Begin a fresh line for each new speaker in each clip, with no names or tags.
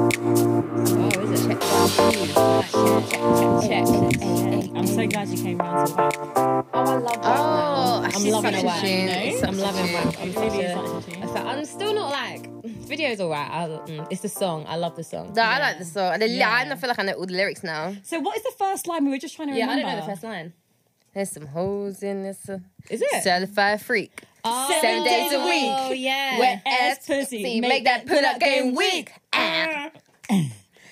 Oh, is it? Check, check, check, check, check, check.
I'm
Mm.
so glad you came round to WAP.
Oh, I love that.
Oh,
now.
she's
I'm loving
such a
WAP.
tune. Such
I'm
a
loving
tune.
WAP. I'm
It
such
really is
a-
such a tune.
I thought- I'm still not like the video's alright. I- mm, It's the song. I love the song.
No, I like the song. And the, li-
Yeah.
I feel like I know all the er lyrics now.
So what is the first line we were just trying to
yeah, I
remember?
don't know the first line.
There's some holes er in this. Uh,
Is it?
Certified freak.
Oh,
Seven days a week.
Oh yeah.
Wet
ass
ass
pussy,
pussy.
make
Make that
that
pull up game weak.
Ah.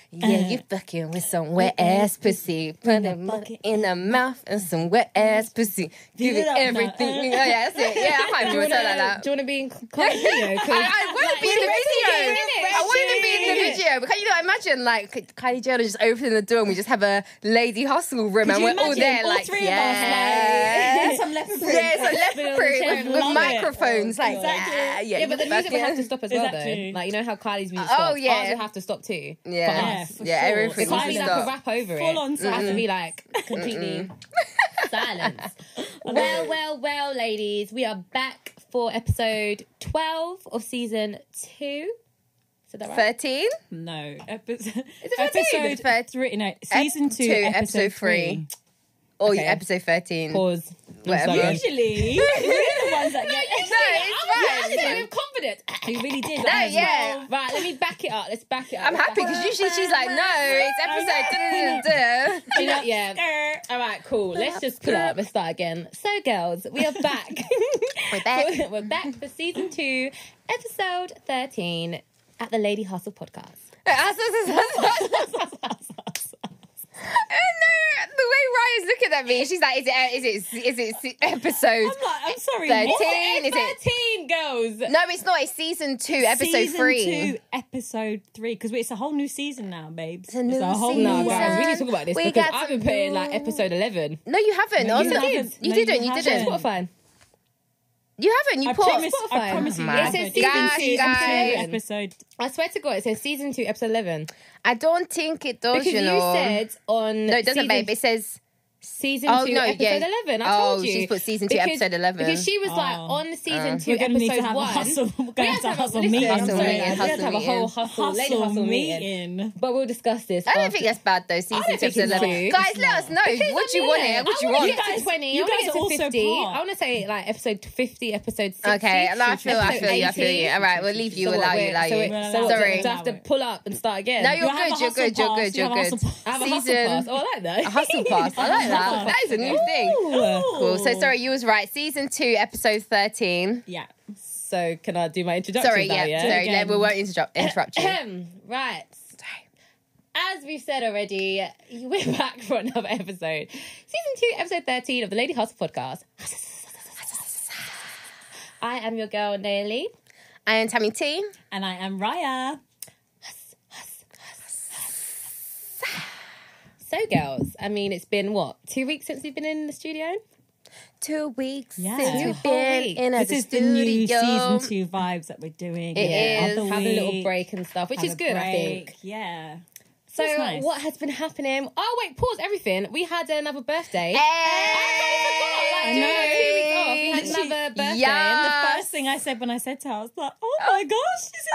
Yeah, you fucking with some wet ass pussy. Put
the
a
bucket.
bucket in the mouth and some wet ass pussy. Give
it
it
up now.
everything. Oh, yeah, that's it. Yeah, I can't
do you
even
want
tell that.
to be in Colombia?
I, I want to be in the video.
it?
I want to be in the video. But can you not imagine, like, Ky- Kylie Jenner just opening the door and we just have a lady hustle room and
you
we're all
imagine?
there,
All
like,
three of us,
yeah.
like, some leopard print.
Yeah, it's a
Let's build a
left proof
chair
with,
and
with
love it.
microphones. Like,
Exactly.
yeah, yeah.
Yeah, but the music would have to stop as well,
Exactly.
though. Like you know how Kylie's music
Oh,
stops.
yeah.
ours would have to stop too.
Yeah.
for
Yeah,
sure.
everything
It
needs
can't
to
be
Silence.
like a
stop.
rap over it.
Full on
It has to be
silence.
like completely silence. Well, well, well, ladies, we are back for episode twelve of season two. Is that right?
13?
No. Episode,
thirteen?
episode
Third-
three. No, season two,
two,
episode,
episode
three.
three. Or
Okay.
episode 13.
Pause.
Whatever.
Usually, we're the ones that get
No, it's
Yeah, I did
fine.
it with confidence.
You really did.
No, yeah.
Right, let me back it up. Let's back it up.
I'm
Let's
happy
back it
because usually she's like, no, it's episode. duh, duh, duh, duh."
up. You know, yeah. All right, cool. Let's just pull up. Let's start again. So, girls, we are back.
We're back.
We're back for season two, episode 13 at the Lady Hustle podcast.
And no, the way Ryan's looking at me, she's like, is it, is it, is it se- episode?
I'm like, I'm sorry.
Thirteen.
what?
Is it-
13 girls.
No, it's not. It's season two, episode
season
three.
two, episode three, because it's a whole new season now, babes. It's a,
new
whole
season.
new
No, guys,
world.
we need to talk about this
Um, We
because
got
I've
some
been putting like episode 11.
No, you haven't.
No, you
Honestly, you,
haven't. No, you
didn't. You
haven't.
didn't.
What?
Spotify.
You haven't. You
I
paused.
promise, I
Spotify.
promise you,
Oh
you
my
haven't.
It says season
gosh,
two, episode
guys.
eleven.
episode.
I swear to God, it says season two, episode 11.
I don't think it does.
Because you,
you know.
said on.
no, it doesn't,
season
babe. It says
season
Oh,
two,
no,
episode
yeah.
11. I
Oh,
told you.
she's put season two, episode Uh. 11.
Because she was like
Oh.
on season two,
We're gonna
episode
need to have
one.
a hustle. We're
We
gonna
have to have a
hustle
listen,
meeting.
I'm
Hustle
sorry,
meeting,
I did
hustle
have a whole
meeting.
hustle, lady hustle
Hustle
meeting.
meeting.
But we'll discuss this.
oh, I
after.
don't think that's bad though. Season
don't
two,
think
episode
it's
eleven.
bad.
Guys, let us know. What do you want here? What do you
I wanna
want?
get to
guys-
20.
you
I want
guys
to
are
get to
also
50.
part.
I want to say like episode 50, episode 60.
Okay, no, I feel, I
episode
feel you, I feel
80.
you. All right, we'll leave you,
So what,
allow you,
wait,
allow
so
you.
wait, so what,
Sorry.
Do I have to pull up and start again?
No, you're
You have a
good, you're
hustle
good, you're
pass,
good,
you
you're
have a
good.
hustle
I have a hustle pass.
Season
Oh, I like that.
a hustle pass. I like that. That is a new thing.
Ooh.
Cool. So sorry, you was right. Season two, episode thirteen.
Yeah.
So can I do my introduction
Sorry,
now,
yeah, sorry.
Again.
no, we won't interrupt interrupt you.
Ahem. right. As we've said already, we're back for another episode. Season 2, episode 13 of the Lady Hustle podcast. I am your girl, Naomi.
I am Tammy T.
And I am Raya.
So, girls, I mean, it's been what, two weeks since we've been in the studio?
Two weeks
Yeah.
since
Two
we've
whole
been
weeks.
in a
This is the
studio.
new season two vibes that we're doing.
It
Yeah.
is.
Other
Having a little
week,
break and stuff, which
have
is
a
good, I
break.
think.
Yeah.
So,
It's nice.
what has been happening? Oh, wait, pause everything. We had another birthday.
Hey!
I know. Two weeks off. We had another birthday.
Yeah.
And the
Uh,
First thing I said when I said to her, I was like, "Oh my gosh, this is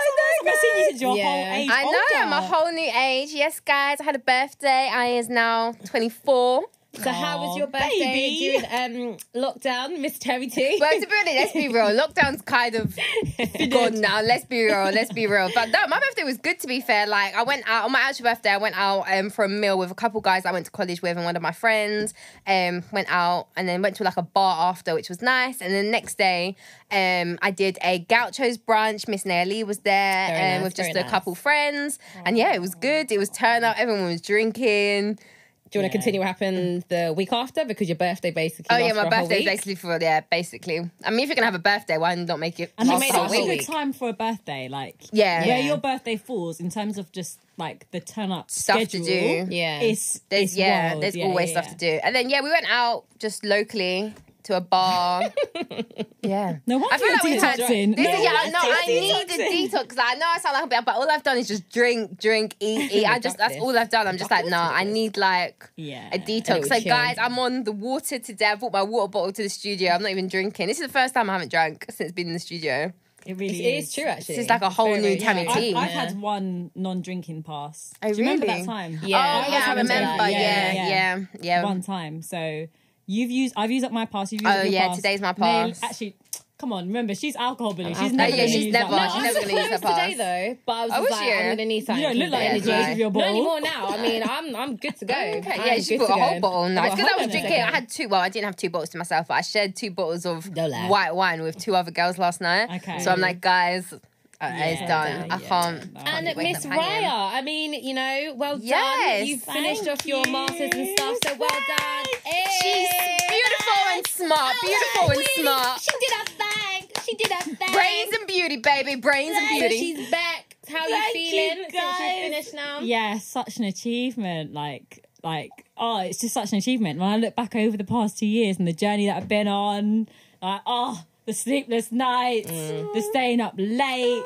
amazing! I've seen you since your
Yeah.
whole age
I know, I'm
older.
a whole new age. Yes, guys, I had a birthday. I is now 24.
So how was your
Aw,
birthday
baby.
during um, lockdown, Miss Terry T?
Well, to be honest, let's be real. Lockdown's kind of gone now. Let's be real. Let's be real. But no, my birthday was good. To be fair, like I went out on my actual birthday. I went out um, for a meal with a couple guys I went to college with and one of my friends. Um, went out and then went to like a bar after, which was nice. And then the next day, um, I did a gauchos brunch. Miss Nelly was there
Very
um,
nice,
with just
very
a
nice.
couple friends, and yeah, it was good. It was turn up. Everyone was drinking.
Do you want to continue what happened the week after because your birthday basically?
Oh yeah,
lasts
my
for a whole
birthday's
week.
basically for yeah, basically. I mean, if you're gonna have a birthday, why not make it
And
last
it's
made
the
it
whole
such a
whole
week?
good time for a birthday, like
Yeah.
where
Yeah.
your birthday falls in terms of just like the turn up
Stuff to
schedule.
do.
Yeah.
it's,
There's
it's
yeah,
wild.
there's always
yeah,
stuff
yeah.
to do. And then yeah, we went out just locally. to a bar. yeah.
No wonder
I feel
you're
like we've had this
detoxing. No
is yeah. I know
wonder
I
you're detoxing.
need a detox. 'cause I know I sound like a bit, but all I've done is just drink, drink, eat, eat. I just that's all I've done. I'm just like, no, I need like
Yeah.
a detox. So
chill.
guys, I'm on the water today. I brought my water bottle to the studio. I'm not even drinking. This is the first time I haven't drank since being in the studio.
It really
It is true, actually.
This is like a whole
Very,
new
very
Tammy
true.
I've,
T.
I've had one non-drinking pass.
Oh,
Do you remember
really?
that time?
Yeah.
oh yeah, I
I remember
remember.
that.
Yeah, yeah, yeah.
One time. So you've used. I've used up my pass. You've used
Oh,
up your
yeah,
pass.
today's my pass.
actually, come on. Remember, she's alcohol bully. She's
Oh,
never.
yeah,
gonna
she's
use
never-
That.
she's
I'm
never gonna use her
supposed today
pass.
though, but I was
Oh,
No,
just
was
like,
you?
I'm gonna need something.
You don't look
from
like
today.
energy
Like,
with
your
Not
bottle.
anymore now. I mean, I'm I'm good to go.
Oh, Okay,
I'm
yeah, she
good
bought
to
a whole
go.
bottle.
I
Nice.
bought a
Because I
whole
was
bottle.
drinking, I had two, well, I didn't have two bottles to myself, but I shared two bottles of
Don't lie.
white wine with two other girls last night.
Okay.
So I'm like, guys, uh, it's
Yeah,
done.
yeah,
I can't.
No,
And
I
Miss
can't.
wait, I'm hanging.
Raya, I mean, you know, well done.
Yes.
You've
Thank
finished off your
you.
masters and stuff, so well done.
She's
Hey.
beautiful and smart. Beautiful and
Really?
smart.
She did her thing. She did her thing.
Brains and beauty, baby. Brains and
So
beauty.
she's back. How you
Thank you,
feeling since she's
guys.
finished now?
yeah, such an achievement. Like, like, oh, it's just such an achievement. When I look back over the past two years and the journey that I've been on, like, oh, the sleepless nights, the staying up late,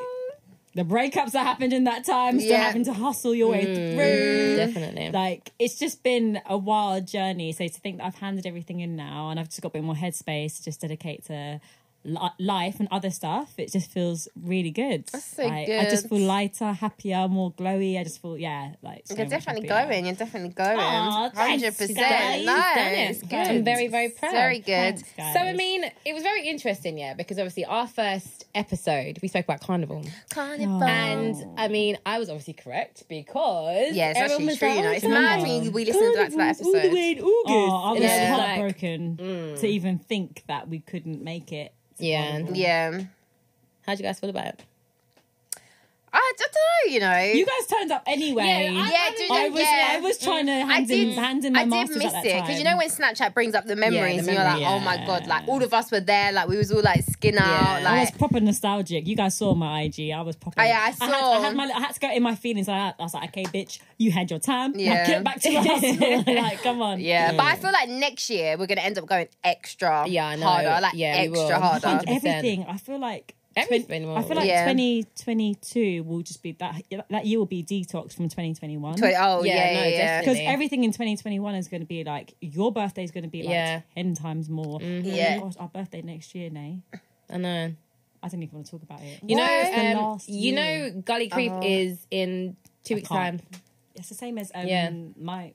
the breakups that happened in that time, still
Yeah.
having to hustle your way through.
Definitely.
Like, it's just been a wild journey. So to think that I've handed everything in now and I've just got a bit more headspace to just dedicate to li- life and other stuff it just feels really good
so
Like, i just
good.
feel lighter happier more glowy i just feel yeah like so
You're
much
definitely
happier.
going. You're definitely going.
Aw, thanks,
Hundred
guys.
percent.
You've
No,
done it.
it's good.
I'm very, very proud.
Very good.
Thanks, guys.
So I mean, it was very interesting, yeah, because obviously our first episode we spoke about carnival,
Carnival.
and I mean, I was obviously correct because
Yeah, it's
everyone
Oh. actually
was
true.
like,
You know,
"Oh,
it's
carnival."
mad we, we listened back to that episode. mm.
in August.
oh, i was
Yeah.
heartbroken to even think that we couldn't make it
Yeah,
Yeah.
How do you guys feel about it?
I don't know, you know.
you guys turned up anyway
Yeah,
yeah, do you know,
I was
yeah.
I was trying to
Mm. I
hand in
did,
hand in my
I did
masters
miss
at that
it because you know
time.
when Snapchat brings up the memories
the
and you're like,
memory,
oh my
yeah.
god, like all of us were there, like we was all like skin out,
I was
like
proper nostalgic. You guys saw my IG. I was proper.
Oh, yeah, I
had,
saw.
I had, my, I had to go in my feelings. I, I was like, okay, bitch, you had your time. Yeah.
Yeah.
Now get back to us. like, come on.
yeah. But I feel like next year we're gonna end up going extra,
Yeah, I know.
harder, like
Yeah, we will.
extra harder.
Hundred
everything. I feel like
Everything
I feel
will.
like
Yeah.
2022 will just be that. That year will be detox from 2021.
Twenty- Oh
Yeah,
yeah, yeah,
no,
yeah.
definitely.
because everything in 2021 is going to be like your birthday is going to be like
Yeah.
10 times more. Oh my
Yeah.
gosh, our birthday next year, Nay.
I know.
I don't even want to talk about it.
You
Why?
It's the
know, um,
last
you know,
year. Uh-huh.
Gully Creep is in two weeks' time.
can't. it's the same as um,
Yeah.
my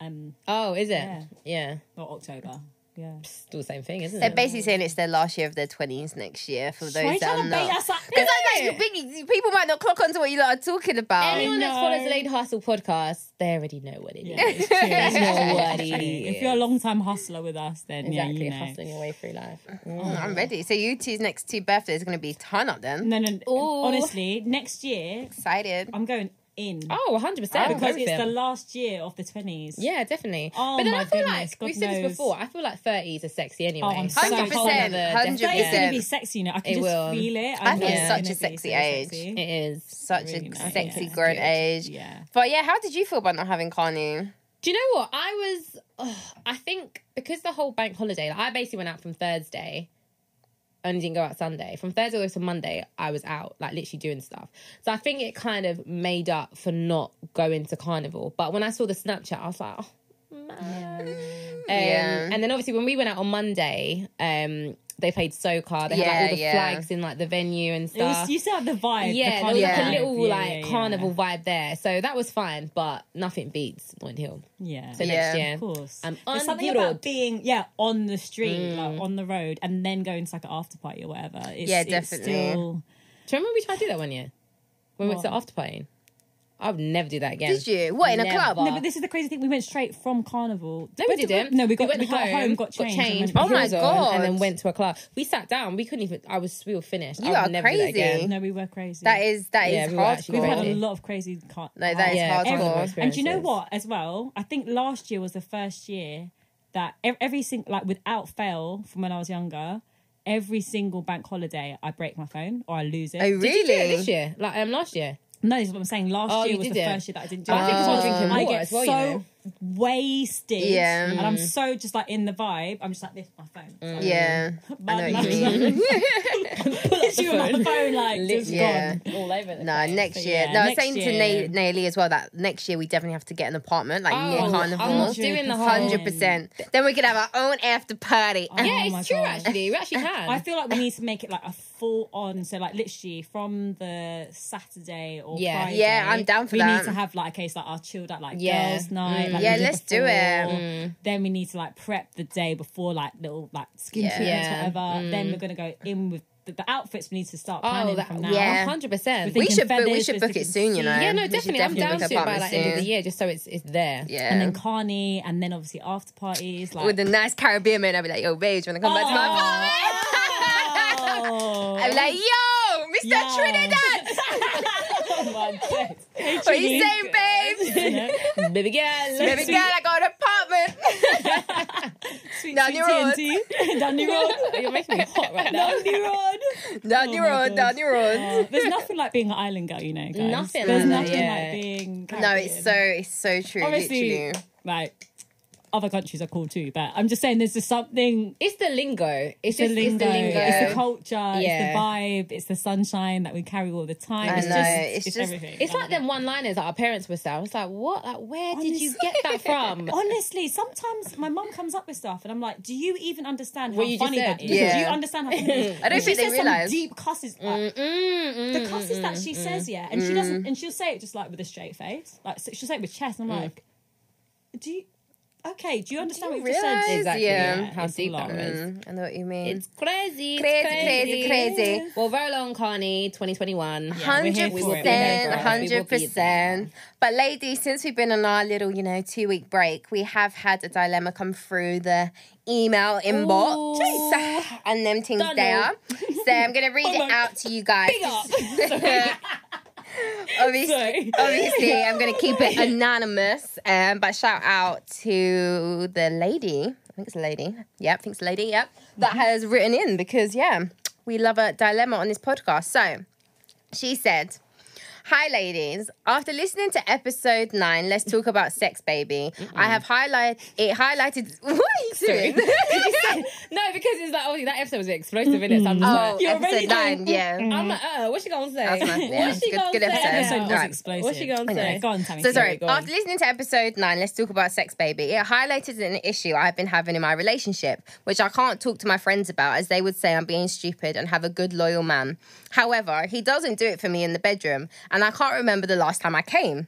um
Oh, is it? Yeah,
Yeah. or October. Yeah.
still the same thing, isn't
They're
it?
basically saying it's their last year of their twenties next year for
Why are you
those that
trying
are
to bait
not.
us up?
Because like, big, people might not clock onto what you lot are talking about.
Anyone that
know.
follows the Lady Hustle podcast, they already know what it is.
Yeah, it's true, it's
They
true,
know what
it's
it
true.
is.
If you're a long time hustler with us, then
exactly,
yeah, you know.
hustling your way through life.
Mm, I'm ready. So you two's next two birthdays are gonna be ton up then.
No, no. no.
Ooh.
Honestly, next year
Excited.
Mm. I'm going in
Oh, 100%.
because it's the
everything.
last year of the twenties.
yeah, definitely.
Oh
but then
my
I feel
goodness,
like,
God
we've said
knows.
this before, I feel like 30s are sexy anyway.
Oh, I'm
So it's
100%,
whole other
100%.
definition.
It's
Yeah.
gonna be sexy, you know. I can
It
just
will.
feel it.
I
think it's
it's
such
gonna
a
be
sexy
so
age.
sexy.
It is.
Such
really
a
nice.
sexy
Yeah.
grown
Good.
age.
Yeah.
But yeah, how did you feel about not having Carnu?
Do you know what? I was, ugh, I think because the whole bank holiday, like, I basically went out from Thursday, only didn't go out Sunday. From Thursday all the way to Monday, I was out, like literally doing stuff. So I think it kind of made up for not going to carnival. But when I saw the Snapchat, I was like, oh, man. Um,
Mm. Yeah.
And then obviously when we went out on Monday, um, they played soca. They had
Yeah,
like, all the
yeah.
flags in like the venue and
It
stuff
was, you still have the vibe.
yeah,
the
there was like a
carnival vibe.
little
Yeah,
like
yeah,
carnival vibe there, so that was fine. But nothing beats Notting Hill.
Yeah.
So
yeah.
next
Yeah.
year,
Of course.
Um,
I'm
There's
on
something
the
about
road.
being yeah on the street,
Mm.
like on the road, and then going to like an after party or whatever. It's,
Yeah,
it's
definitely.
still-
Do you remember we tried to do that one year? When we went to the after party. I would never do that again.
Did you? What, in a club?
Never.
No, but this is the crazy thing. We went straight from carnival.
No, we
Where did
didn't.
No, we got we, got home, got changed. and went
put
Oh my
heels on, and then
God.
went to a club. We sat down. We couldn't even. I was. We were finished.
You
I would
are
never do that
crazy.
again.
back. No, we were crazy.
That is that is
Yeah, we were actually
We've had a
crazy.
hardcore.
lot of crazy car-
No, that is
Yeah,
hardcore.
terrible
And do you know
experiences.
what? As well, I think last year was the first year that ev- every single, like without fail, from when I was younger, every single bank holiday I break my phone or I lose it.
Oh
Did you do it this
really?
year? Like um, last year.
No, this is what I'm saying. Last
Oh,
year
you
was
did
the
it.
first year that I didn't do
I
it.
think it's all
because
drinking
I
water
get
as well, you
so
know.
wasted.
Yeah. Mm.
And I'm so just like in the vibe. I'm just like this with my phone. It's like,
Yeah. I know what you
Bad
mean.
you on my phone, like just
Yeah.
gone all over. The
No,
place.
next
So,
year.
yeah,
No, I was
next
saying
year.
to Nay- Nayli as well that next year we definitely have to get an apartment, like near
Oh,
Carnival.
I'm not doing the whole.
100%. Then we could have our own after party.
Yeah,
Oh my
it's true.
God.
Actually, we actually
I
can.
feel like we need to make it like a full on. So like literally from the Saturday or
Yeah.
Friday,
Yeah, I'm down for
we
that.
need to have like a case like our chilled out like
Yeah.
girls night.
Mm.
like,
Yeah,
the day
let's do
before.
it. Mm.
Then we need to like prep the day before like little like skin
Yeah. Mm.
treatments
Yeah.
whatever. Then we're gonna go in with the, the outfits. We need to start
Oh,
planning
that,
from now.
yeah.
yeah, hundred percent.
We
we
thinking
should book, we
feathers,
should
we're
book
thinking
it soon, you know.
Yeah, no,
We should
definitely. I'm down
book
to it by
apartments
like end of the
soon.
year, just so it's it's there.
Yeah.
And then Carney, and then obviously after parties like
With a nice Caribbean man, I'd be like, yo, Rage, wanna come back to my
Oh.
apartment?
Oh.
I'd be like, yo, Mr.
Yeah.
Trinidad!
Oh my God. Hey,
What
Trini.
you saying, babe?
You know?
Baby girl,
Baby girl, I got an apartment.
Sweet,
Down
sweet
your road.
TNT. Down your road.
you're making me hot right now.
Down your road.
down
Oh
your
my
road,
God.
down your road.
Oh, there's nothing like being an island girl, you know. Guys.
Nothing
There's
like that,
nothing
yeah.
like being.
No, it's so it's so true.
Obviously-
literally.
like other countries are cool too, but I'm just saying there's just something.
It's the lingo. It's
The
just it's
lingo,
the lingo.
it's the culture, it's
Yeah.
the vibe, it's the sunshine that we carry all the time.
I
it's
know,
just,
it's
it's,
just-
everything.
It's
I
like
love
them one liners that our parents would say. I was like, what? Like, where did you
Honestly.
get that from?
it. Honestly, sometimes my mum comes up with stuff, and I'm like, "Do you even understand
What
how
you just
funny that
said.
is?
Yeah.
Do you understand how funny it is?"
I don't
And she
think they
says some
realise.
deep cusses. Like,
Mm,
the cusses that she says, yeah, and she doesn't, and she'll say it just like with a straight face, like so she'll say it with chest, and I'm like, do you? Okay, do you understand
you
what you just
realise?
said?
Exactly.
Yeah.
Yeah, how
It's a
deep
lot.
that was.
Mm, I know what you mean.
It's crazy. it's
Crazy, crazy, crazy.
Well, roll on, Carney, 2021.
Yeah, we're here
Hundred
for it. We're here
percent,
for it.
We will
hundred
be there.
percent. But ladies, since we've been on our little, you know, two week break, we have had a dilemma come through the email inbox
Jeez.
and them things
Donald.
there. So I'm gonna read
Oh
it
my-
out to you guys.
Big up.
Obviously,
Sorry.
obviously, I'm gonna keep it anonymous. Um, but shout out to the lady. I think it's a lady. Yep, I think it's a lady. Yep,
Mm-hmm.
that has written in because yeah, we love a dilemma on this podcast. So she said. Hi, ladies. After listening to episode nine, let's talk about sex, baby. I have highlight it highlighted. What are you doing?
No, because it's like, obviously, that episode was explosive, in it? So I'm just
oh,
like,
You're already
episode nine.
going,
Yeah.
I'm like, uh, what's she gonna say?
That's nice, yeah.
What's she
Good-
gonna
good
say?
episode.
That episode was
Right.
explosive.
What's she gonna
Anyway,
say?
Go on, Tammy.
So sorry.
go on.
After listening to episode nine, let's talk about sex, baby. It highlighted an issue I've been having in my relationship, which I can't talk to my friends about, as they would say I'm being stupid and have a good loyal man. However, he doesn't do it for me in the bedroom, and I can't remember the last time I came.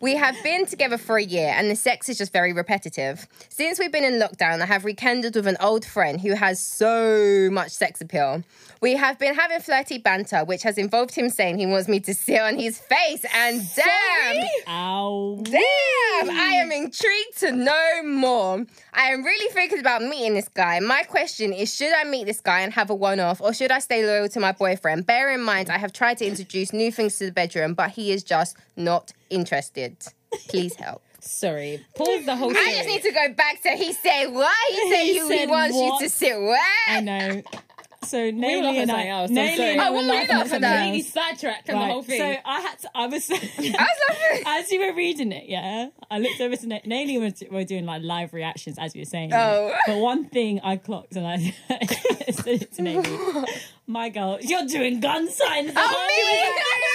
We have been together for a year and the sex is just very repetitive. Since we've been in lockdown, I have rekindled with an old friend who has so much sex appeal. We have been having flirty banter, which has involved him saying he wants me to sit on his face. And damn,
Ow.
damn, I am intrigued to know more. I am really thinking about meeting this guy. My question is should I meet this guy and have a one off, or should I stay loyal to my boyfriend? Bear in mind, I have tried to introduce new things to the bedroom, but he is just not interested. Please help.
Sorry. Pause the whole
I just
thing.
need to go back to he said what? He said
He
you he
said
wants
what?
you to sit where?
I know. So
were
Naily
laughing
and
at
I,
something else, I'm
Naily
sorry.
and
Oh,
were
we're
laughing
laughing
at something
at
else.
Completely sidetracked on the whole
So
thing.
I had to. I was.
I was laughing.
as you were reading it, yeah, I looked over to Na- Naily. and we We're doing like live reactions as you were saying. it.
Oh.
But one thing I clocked and I said it to Naily. My girl, you're doing gun signs.
Oh,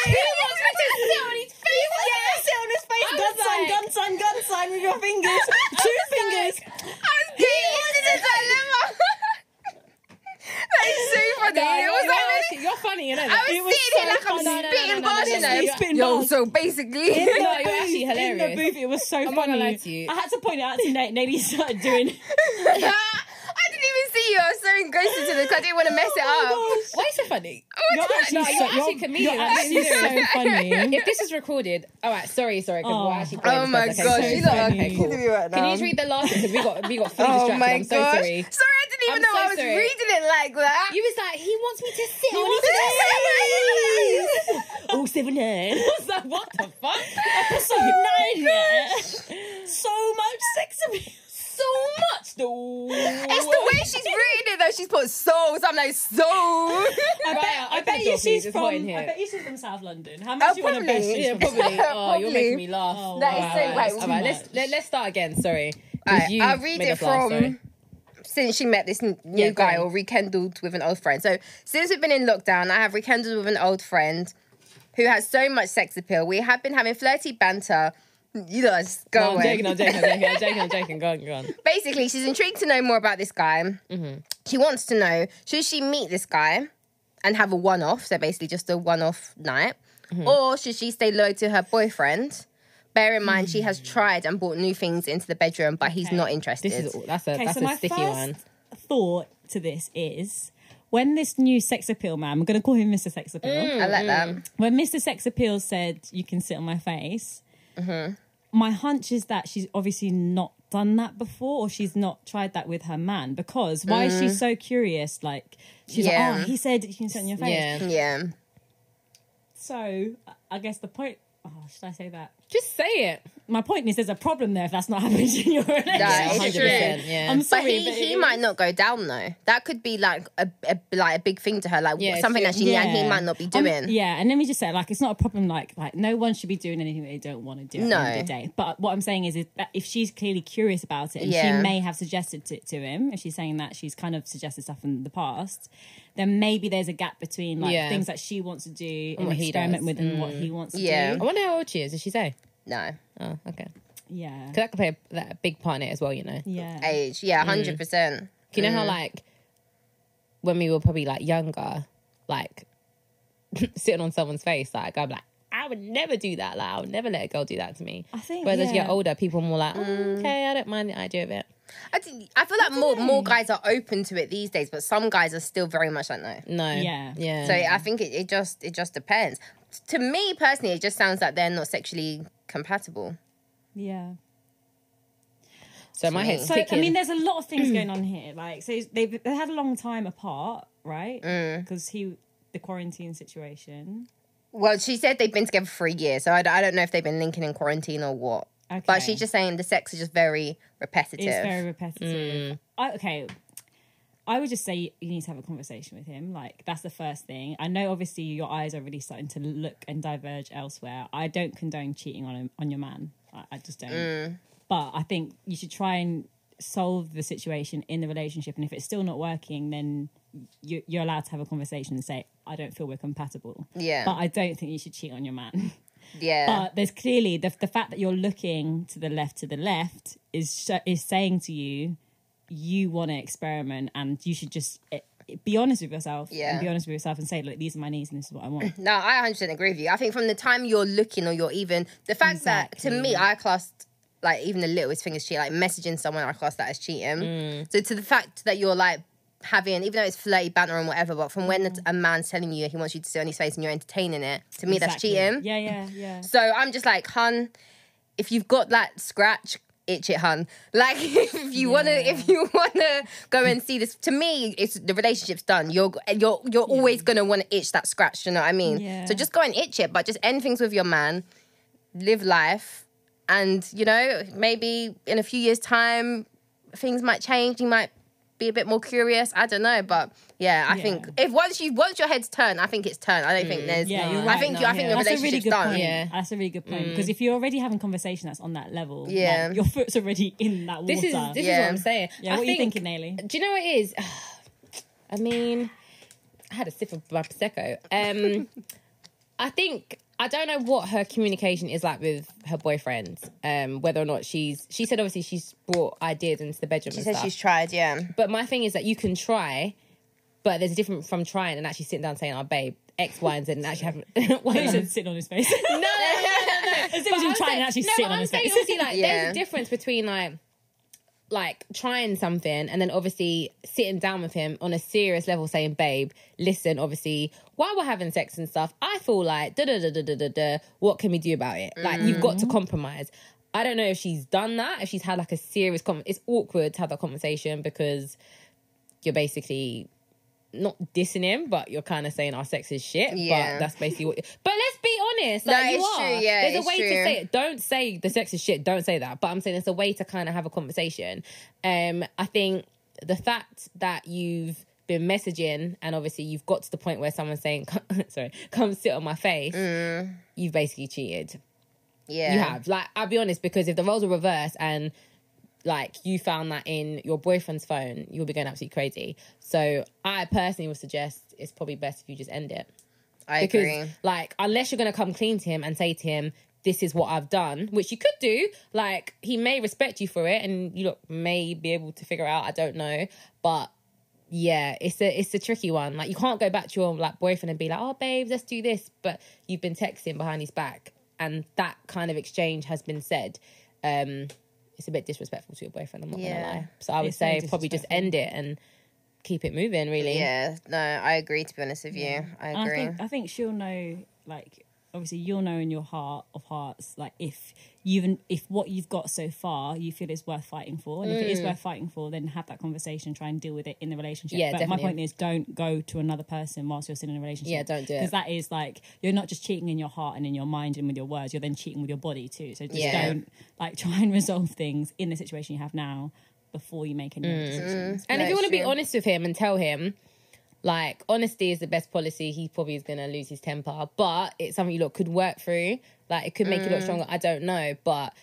me! He wants me to sit on his face. Yeah, sit on his face.
Gun sign, gun sign, gun sign with your fingers. Two fingers.
I was getting into the dilemma. that is so funny.
No,
it was
no,
like,
shit, you're funny, you know.
I was,
it was
sitting
so
here like I'm
funny. No, no, no,
spitting
no, no,
bars, you
no,
know.
you're
spitting
Yo,
bars.
so basically,
No, you're actually
In
hilarious.
the booth, it was so
I'm not
funny.
gonna lie to you.
I had to point it out to Nate. Nate, he started doing.
I didn't even see you. I was so engrossed into this. I didn't want to mess it up.
Oh
Why are you so funny?
my gosh.
No, you're
so-
actually comedian.
You're
I'm
actually so
serious.
funny.
If this is recorded, all right. Sorry, sorry. 'cause
Oh.
we're actually playing
Oh
this
my
first,
gosh,
okay,
you
sorry.
lot are
Okay,
kidding
cool.
me right now.
Can you just read the last? Because we got we got fully
um, Oh
distracted.
my
I'm so
gosh.
sorry.
Sorry, I didn't even
I'm
know
so
I was
sorry.
reading it like that.
You was like, he wants me to sit on his
wants me to
All seven nine.
I was like, what the fuck?
Episode nine. yeah. So much sex appeal.
So much though.
It's the way she's written it though. she's put souls. I'm like, soul.
I bet,
Right,
I
open
bet
the
you
door,
she's
please. It's
from.
hot in
I
here.
bet you she's from South London. How much do you want to bet
probably.
she's
Yeah,
from?
probably. Oh, you're
Probably.
making me laugh.
Oh,
That is
wow.
so- wait,
That's
we-
All right,
too much.
let's let, let's start again. Sorry, 'Cause
Alright,
you
I'll read
made
it
us laugh,
from
sorry.
since she met this n- new
Yeah, go
guy
on.
or rekindled with an old friend. So since we've been in lockdown, I have rekindled with an old friend who has so much sex appeal. We have been having flirty banter. You guys go
No, Oh, I'm
away.
joking. I'm joking. I'm joking. I'm joking. I'm joking. Go on. Go on.
Basically, she's intrigued to know more about this guy.
Mm-hmm.
She wants to know should she meet this guy and have a one off, so basically just a one off night,
Mm-hmm.
or should she stay loyal to her boyfriend? Bear in mind, she has tried and brought new things into the bedroom, but he's
Okay.
not interested.
Hmm. This is that's a
Okay,
that's
so
a
my
sticky
first
one.
thought to this is when this new sex appeal man, I'm going to call him Mr. Sex Appeal.
I like that.
When Mr. Sex Appeal said, "You can sit on my face,"
Mm-hmm.
my hunch is that she's obviously not done that before, or she's not tried that with her man. Because why is she so curious? Like she's
Mm. Yeah.
like, "Oh, he said you can sit on your face."
Yeah.
Yeah.
So I- I guess the point. Oh, should I say that?
Just say it.
My point is, there's a problem there if that's not happening in your relationship.
it's
hundred
true.
percent. Yeah.
I'm
But
sorry,
he, he
it-
might not go down though. That could be like a, a like a big thing to her, like
Yeah,
something
she-
that she and he might not be
Um,
doing.
yeah, and let me just say, like, it's not a problem. Like, like no one should be doing anything that they don't want to do at
No.
the end of the day. But what I'm saying is, is that if she's clearly curious about it, and
Yeah.
she may have suggested it to him, if she's saying that she's kind of suggested stuff in the past, then maybe there's a gap between like
Yeah.
things that she wants to do and
what he
experiment
does.
with and what he wants to
Mm. Yeah.
I
do.
wonder how old she is. Did she say?
No
Oh, okay.
Yeah,
Because that could play a, that a big part in it as well. You know.
yeah.
age, yeah, hundred percent.
Do you know how like when we were probably like younger, like sitting on someone's face, like I'm like, I would never do that. Like I would never let a girl do that to me.
I think,
Whereas as you get
yeah.
older, people are more like, "Oh, okay, I don't mind the idea of it.
I, think- I feel like more more guys are open to it these days, but some guys are still very much like no.
No.
Yeah.
Yeah.
So I think it, it just it just depends. To me personally, it just sounds like they're not sexually compatible.
yeah.
so my head's
So
ticking.
I mean, there's a lot of things going on here. Like, so they they had a long time apart, right?
Mm.
Because he the quarantine situation.
Well, she said they've been together for a year, so I, d- I don't know if they've been linking in quarantine or what.
Okay.
But she's just saying the sex is just very repetitive.
It's very repetitive. I, okay. I would just say you need to have a conversation with him. Like that's the first thing. I know obviously your eyes are really starting to look and diverge elsewhere. I don't condone cheating on him, on your man. I, I just don't. But I think you should try and solve the situation in the relationship. And if it's still not working, then you, you're allowed to have a conversation and say, "I don't feel we're compatible."
Yeah.
But I don't think you should cheat on your man.
yeah.
But there's clearly the, the fact that you're looking to the left to the left is sh- is saying to you, you want to experiment and you should just eh, be honest with yourself.
Yeah.
And be honest with yourself and say, look, these are my needs and this is what I want.
No, I 100% agree with you. I think from the time you're looking or you're even, the fact that to me, I classed like even the littlest thing as cheating, like messaging someone, I classed that as cheating. So to the fact that you're like having, even though it's flirty banter and whatever, but from when a man's telling you he wants you to sit on his face and you're entertaining it, to me, that's
Exactly.
cheating.
Yeah, yeah, yeah.
So I'm just like, hun, if you've got that scratch, itch it, hun. Like if you wanna, if you wanna go and see this, to me, it's the relationship's done. You're you're you're always gonna want to itch that scratch. You know what I mean?
Yeah.
So just go and itch it, but just end things with your man, live life, and you know maybe in a few years' time things might change. You might be a bit more curious. I don't know, but yeah, I
Yeah. Mm.
think if once you once your head's turned, I think it's turned. I don't think there's.
Yeah,
No.
you're
I
right.
think-
no,
I think
yeah.
the
that's a really
relationship's
good
done.
point.
Yeah. Mm.
That's a really good point because if you're already having conversation that's on that level,
Yeah.
yeah, your foot's already in that water.
this is this is
Yeah.
what I'm saying.
yeah,
I
what are you
think-
thinking, Naily?
Do you know what it is? I mean, I had a sip of my prosecco. Um, I think I don't know what her communication is like with her boyfriend. Um, whether or not she's she said obviously she's brought ideas into the bedroom.
She
and
says
stuff.
she's tried, yeah.
But my thing is that you can try, but there's a different from trying and actually sitting down and saying, "Oh, babe, X, Y, and Z," and actually having. Why
He
is
said
it-
sitting on his face.
no, no, no, no, no, no.
As if he was
I'm
trying to actually
saying-
sit
but
on
I'm
his
saying
face.
obviously, like
Yeah.
there's a difference between like like trying something and then obviously sitting down with him on a serious level, saying, "Babe, listen, obviously, while we're having sex and stuff, I feel like da da da da da da da. What can we do about it? Like you've got
Mm.
to compromise." I don't know if she's done that. If she's had like a serious, con- it's awkward to have that conversation because you're basically not dissing him, but you're kind of saying our sex is shit.
Yeah.
But that's basically what. But let's be honest. Like,
No,
you
it's
are.
true, yeah,
There's
it's
a way
true.
to say it. Don't say the sex is shit. Don't say that. But I'm saying there's a way to kind of have a conversation. Um, I think the fact that you've been messaging and obviously you've got to the point where someone's saying, sorry, come sit on my face, you've basically cheated.
Mm. Yeah.
You have. Like, I'll be honest, because if the roles were reversed and like you found that in your boyfriend's phone, you'll be going absolutely crazy. So I personally would suggest it's probably best if you just end it.
I
Because
agree.
like, unless you're gonna come clean to him and say to him, This is what I've done, which you could do, like he may respect you for it and you look may be able to figure out, I don't know. But yeah, it's a it's a tricky one. Like you can't go back to your like boyfriend and be like, "Oh, babe, let's do this," but you've been texting behind his back, and that kind of exchange has been said. Um, it's a bit disrespectful to your boyfriend. I'm not
Yeah.
gonna lie. So I would
It's so
say probably just
disrespectful.
end it and keep it moving. Really,
Yeah. No, I agree. To be honest with you, I
And
agree.
I think I think she'll know like obviously you'll know in your heart of hearts like if you've if what you've got so far you feel is worth fighting for and if it is
Mm.
worth fighting for then have that conversation try and deal with it in the relationship
Yeah,
but my
definitely.
point is don't go to another person whilst you're still in a relationship
Yeah, don't do it.
because that is like you're not just cheating in your heart and in your mind and with your words you're then cheating with your body too so just
Yeah.
don't like try and resolve things in the situation you have now before you make any other decisions
Mm. And
No,
if you want to
it's
be
true.
honest with him and tell him, like, honesty is the best policy, he probably is going to lose his temper. But it's something you lot could work through. Like, it could make you
Mm.
look stronger. I don't know. But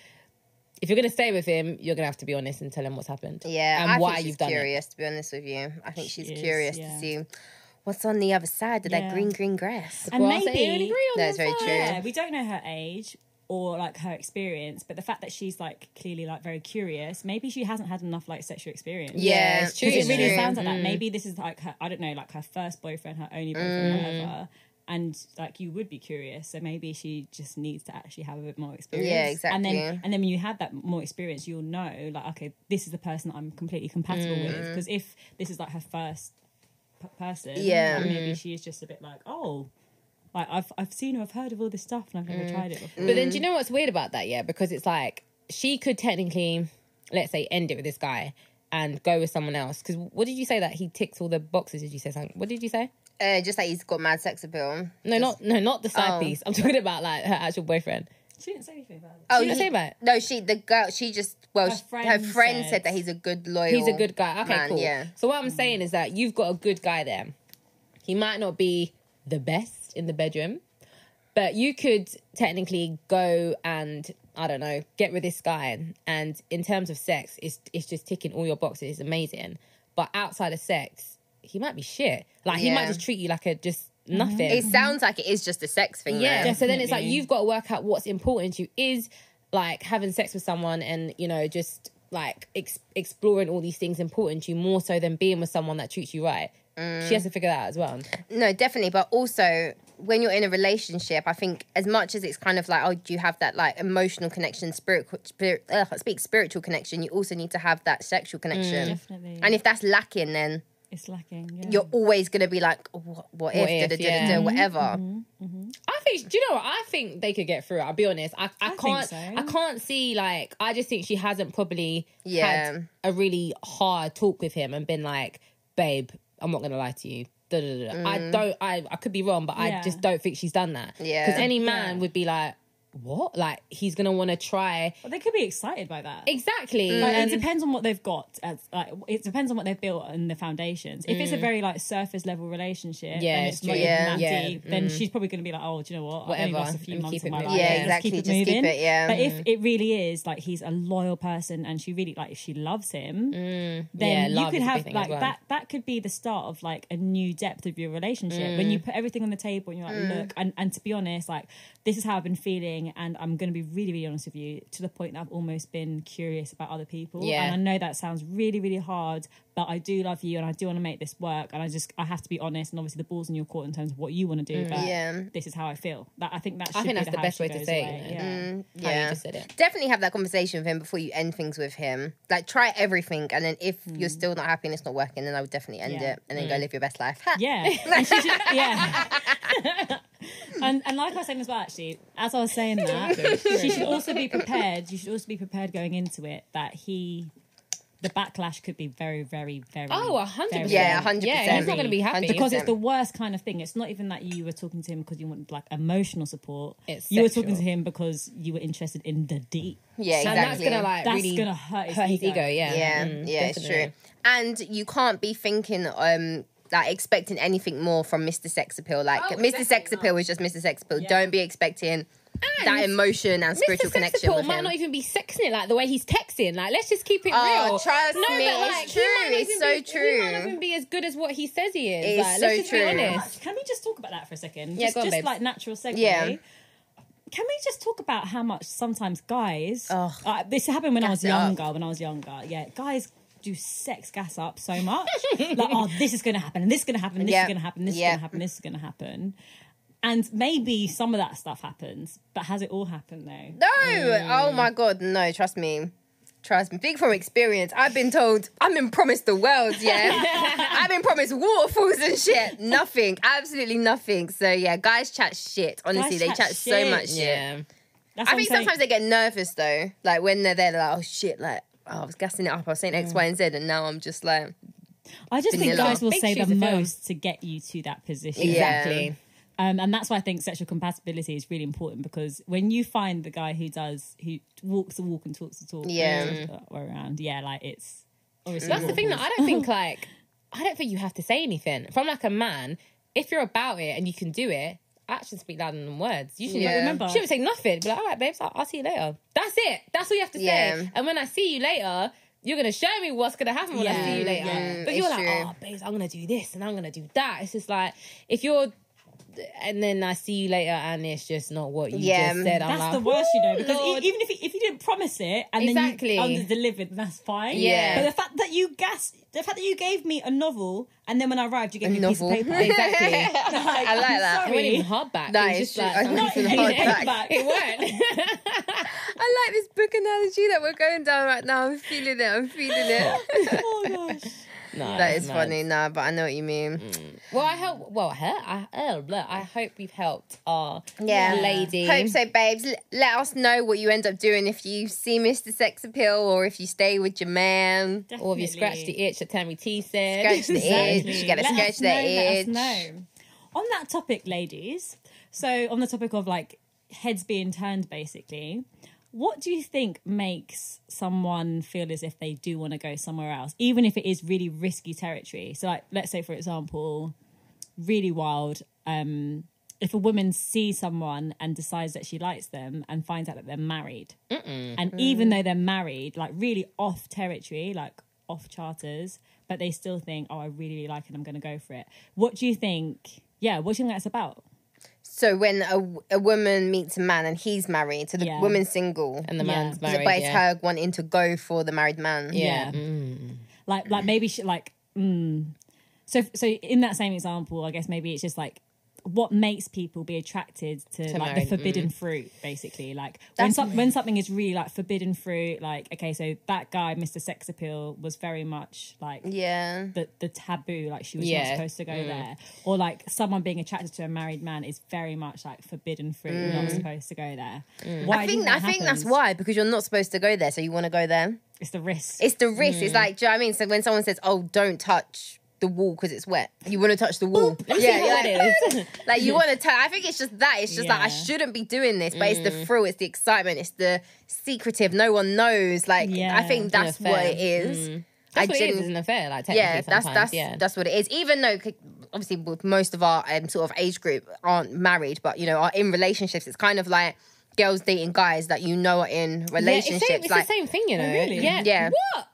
if you're going to stay with him, you're going to have to be honest and tell him what's happened.
Yeah,
And
I
why
think she's
you've done
curious. To be honest with you, I think
She
she's
is,
curious
yeah.
to see what's on the other side of
Yeah.
that green, green grass.
it.
and
Well, I say
maybe
you would agree on
That's
that
very
fact.
true.
Yeah, we don't know her age or like her experience, but the fact that she's like clearly like very curious, maybe she hasn't had enough like sexual experience.
Yeah, it's true,
'Cause it
it's
really
true. Mm-hmm.
sounds like that. Maybe this is like her, I don't know, like her first boyfriend, her only boyfriend,
Mm.
whatever. And like you would be curious, so maybe she just needs to actually have a bit more experience. And then
exactly.
and then when you have that more experience, you'll know like okay, this is the person that I'm completely compatible with.
Mm.
Because if this is like her first p- person,
Yeah.
like, maybe
Mm.
she is just a bit like oh, like I've I've seen her, I've heard of all this stuff, and I've never tried it before.
Mm. But then
Mm.
do you know what's weird about that? Yeah, because it's like she could technically, let's say, end it with this guy and go with someone else. Because what did you say that he ticks all the boxes? Did you say something? What did you say?
Uh, just like he's got mad sex appeal.
No, not no, not the side
Oh.
piece. I'm talking about like her actual boyfriend.
She didn't say anything about it.
Oh,
Did you
he-
say that?
No, she the girl. She just well,
Her
she- her friend,
friend
said,
said-
that he's a good loyal.
He's a good guy. Okay,
man,
cool.
Yeah,
So what I'm saying is that you've got a good guy there. He might not be the best in the bedroom, but you could technically go and I don't know, get with this guy, and in terms of sex, it's it's just ticking all your boxes. It's amazing. But outside of sex, he might be shit. Like he might
Yeah. Mm-hmm.
just treat you like a just nothing.
it sounds like it is just a sex thing.
Yeah.
though.
So then it's like
Definitely.
you've got to work out what's important to you. Is like having sex with someone and you know just like ex- exploring all these things important to you more so than being with someone that treats you right. She has to figure that out as well.
No, definitely. But also, when you're in a relationship, I think as much as it's kind of like, oh, do you have that like emotional connection, spirit, spirit ugh, I speak spiritual connection, you also need to have that sexual
Um, Mm.
connection.
Definitely.
And if that's lacking, then
It's lacking. Yeah.
you're always going to be like, "Oh, what, what if,
if,
da, da, da,
yeah. Mm-hmm.
da, da, whatever.
I think. Do you know? what? I think they could get through. it. I'll be honest. I, I,
think
can't.
so.
I can't see like. I just think she hasn't probably
Yeah.
had a really hard talk with him and been like, "Babe, I'm not gonna lie to you." Da, da, da, da. I don't. I I could be wrong, but I
Yeah.
just don't think she's done that.
Mm. Yeah.
Because any man
Yeah.
would be like, "What?" Like he's gonna want to try.
But they could be excited by that.
Exactly.
Mm.
Like,
And-
it depends on what they've got. As like, it depends on what they've built and the foundations. If it's a very like surface level relationship,
Mm. Yeah,
and
it's
it's not
true.
even
Yeah.
that
Yeah. Mm.
deep, then she's probably going to be like, "Oh, do you know what? I've only
Whatever.
lost a few
Let me
months
keep
of
it
my
moving.
life.
Yeah,
Let's
exactly.
Keep it
Just keep
moving.
it, yeah.
But
Mm.
if it really is like he's a loyal person and she really like if she loves him,
Mm. Yeah,
then you
love
could
is a big
have
thing as
like
well.
that. That could be the start of like a new depth of your relationship when
Mm.
you put everything on the table and you're like, "Look," and and to be honest, like this is how I've been feeling, and I'm going to be really, really honest with you to the point that I've almost been curious about other people.
Yeah.
And I know that sounds really, really hard, but I do love you and I do want to make this work. And I just, I have to be honest. And obviously, the ball's in your court in terms of what you want to do. But
Yeah.
this is how I feel. That I think that should
Mm. I think
be
that's the
how
best
she
way to
goes
say it,
away.
you know? Mm.
Yeah.
How you
Mm, Yeah.
just said it.
Definitely have that conversation with him before you end things with him. Like, try everything. And then if you're
Mm.
still not happy and it's not working, then I would definitely end
Yeah.
it and then go live your best life. Ha.
Yeah. And she should, yeah. and, and like I was saying as well, actually, as I was saying that, she should also be prepared. You should also be prepared going into it that he the backlash could be very, very, very.
Oh, a hundred
very-
percent.
Yeah, 100%.
Yeah, he's not going to be happy.
Hundred
Because
Because
percent.
it's the worst kind of thing. It's not even that you were talking to him because you wanted like emotional support.
It's
you were
sexual.
talking to him because you were interested in the deep.
Yeah,
and that's
exactly.
going to like
That's
really
gonna hurt his ego.
Yeah,
yeah,
Mm,
yeah, it's
definitely.
true. And you can't be thinking um like expecting anything more from Mr. Sex Appeal. Like
Oh,
Mr. Sex
definitely
Appeal is just Mr. Sex Appeal.
Yeah.
Don't be expecting that emotion and spiritual
Mr.
connection
Sexaport
with
might
him.
not even be sexing it like the way he's texting. Like, let's just keep it
Oh,
real.
trust
no,
me,
but
it's
like, He
true,
might not
it's
even
so
be, He might
true.
not even be as good as what he says he is.
It is
like,
so
let's just
true.
be honest.
Can we just talk about that for a second?
Yeah,
just,
go on,
just
babes.
like natural segue.
Yeah.
Can we just talk about how much sometimes guys?
Ugh.
Uh, this happened when I
Gas
was
it up.
younger. When I was younger, yeah, guys do sex gas up so much. like, oh, this is going to happen, and this is going to happen, this
Yeah.
is going to happen, this
Yeah.
is going to happen, this is going to happen. And maybe some of that stuff happens, but has it all happened though?
No,
Mm.
oh my god, no, trust me. Trust me. Big from experience. I've been told I've been promised the world, yeah. I've been promised waterfalls and shit. Nothing. Absolutely nothing. So yeah, guys chat shit. Honestly,
Guys
they
chat
chat, so
shit.
much shit.
Yeah.
That's
I
what I'm
think
saying.
sometimes they get nervous though. Like when they're there, they're like, oh shit, like oh, I was gassing it up. I was saying X, Y, and Z, and now I'm just like,
I just think
Vanilla.
guys will
Big
say the
shoes to fill.
most to get you to that position.
Yeah.
Exactly.
Um, and that's why I think sexual compatibility is really important because when you find the guy who does who walks the walk and talks the talk,
Yeah.
and talks the way around, yeah, like it's obviously
That's the thing that I don't think like I don't think you have to say anything from like a man. If you're about it and you can do it, actions speak louder than words. You should
Yeah.
remember.
Remember.
You shouldn't say nothing. Be like, all right, babes, I'll, I'll see you later. That's it. That's all you have to
Yeah.
say. And when I see you later. You're gonna show me what's gonna happen when I
Yeah.
see you later.
Yeah.
But you're
It's
like,
true.
oh, babes, I'm gonna do this and I'm gonna do that. It's just like if you're, and then I see you later and it's just not what you
Yeah.
just said. I'm
That's
like,
the worst, you know, because e-
Lord.
even if you, if you didn't promise it and
Exactly.
then you under delivered, that's fine.
Yeah.
But the fact that you gas, the fact that you gave me a novel and then when I arrived, you gave me a
novel.
piece of paper.
Exactly.
I like that.
I
sorry.
wasn't even hardback.
That
it was
is
just
true.
like,
I wasn't
Not
even
even
hardback.
hardback.
it worked.
I like this book analogy that we're going down right now. I'm feeling it. I'm feeling it.
oh gosh.
No,
that
it's
is
mad.
funny, nah, but I know what you mean.
Well, I hope. Well, her. I, oh, look, I hope we've helped our
Yeah.
lady.
Hope so, babes. L- let us know what you end up doing if you see Mr. Sex Appeal or if you stay with your man.
Or if you scratch
Definitely.
the itch, that Tammy T said.
Scratch the itch. You gotta
Let
scratch
us
the itch.
Know, let us know. On that topic, ladies. So on the topic of like heads being turned, basically, what do you think makes someone feel as if they do want to go somewhere else, even if it is really risky territory? So like, let's say for example, really wild. Um, if a woman sees someone and decides that she likes them and finds out that they're married, and even though they're married, like really off territory, like off charters, but they still think, oh, I really, really like it, I'm going to go for it. What do you think? Yeah, what do you think that's about?
So when a, w- a woman meets a man and he's married, so the
Yeah.
woman's single,
And the
Yeah.
man's
Is it
married.
but it's
yeah.
her wanting to go for the married man.
Yeah.
Mm. Like, like maybe she, like, mm. so, so in that same example, I guess maybe it's just like, what makes people be attracted to, like
married,
the forbidden fruit, basically? Like when, some, when something is really like forbidden fruit, like okay, so that guy, Mr. Sex Appeal, was very much like
Yeah.
the, the taboo, like she was not
Yeah.
supposed to
Mm.
go there, or like someone being attracted to a married man is very much like forbidden fruit. You're not supposed to go there. Why
Mm. I
do you
think I
that
think that's
happens?
why because you're not supposed to go there, so you want to go there.
it's the risk.
It's the risk. It's like, do you know what I mean? So when someone says, "Oh, don't touch the wall because it's wet," you want to touch the wall. Yeah,
See
you're
how
like,
it is.
like, you want to touch. I think it's just that. It's just like I
Yeah.
shouldn't be doing this, but it's the thrill, it's the excitement, it's the secretive. No one knows. Like I
Yeah.
think that's
fair.
what it is.
That's what it
didn't-
is, isn't it fair? Like, technically,
yeah, that's
sometimes,
that's
yeah.
that's what it is. Even though c- obviously with most of our um, sort of age group aren't married, but you know are in relationships. It's kind of like girls dating guys that you know are in
Yeah, it's, same-
relationships.
it's
like, Oh,
the same thing, you know.
really?
Yeah.
Yeah.
What?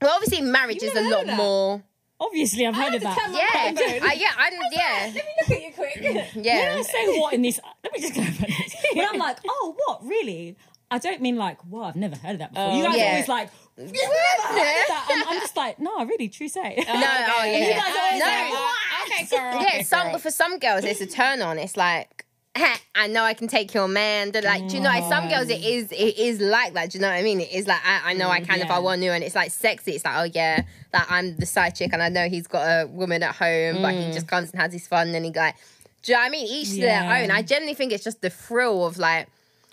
well, obviously marriage
You've
is a
never heard
lot
of that?
more.
Obviously, I've heard
had
of
to
that.
tell my-
Yeah, I, yeah, I'm,
Let
yeah,
me look at you quick.
When
yeah.
I say what in this, let me just go over this. When I'm like, oh, what really? I don't mean like, wow, I've never heard of that before. you guys
Oh, yeah.
are always like, you've never heard of that. I'm, I'm just like, no, I really, true say.
No, oh yeah,
You
yeah.
guys always
No.
like, what?
Okay, girl.
yeah, some for some girls it's a turn on. It's like "Heh, I know I can take your man. They're like, do you know? Like, some girls
Mm.
it is it is like that. Do you know what I mean? It is like I, I know I can if I
yeah.
want to, and it's like sexy. It's like oh yeah, like I'm the side chick, and I know he's got a woman at home, but he
Mm.
just comes and has his fun, and he like, do you know what I mean? Each to
Yeah.
their own. I generally think it's just the thrill of like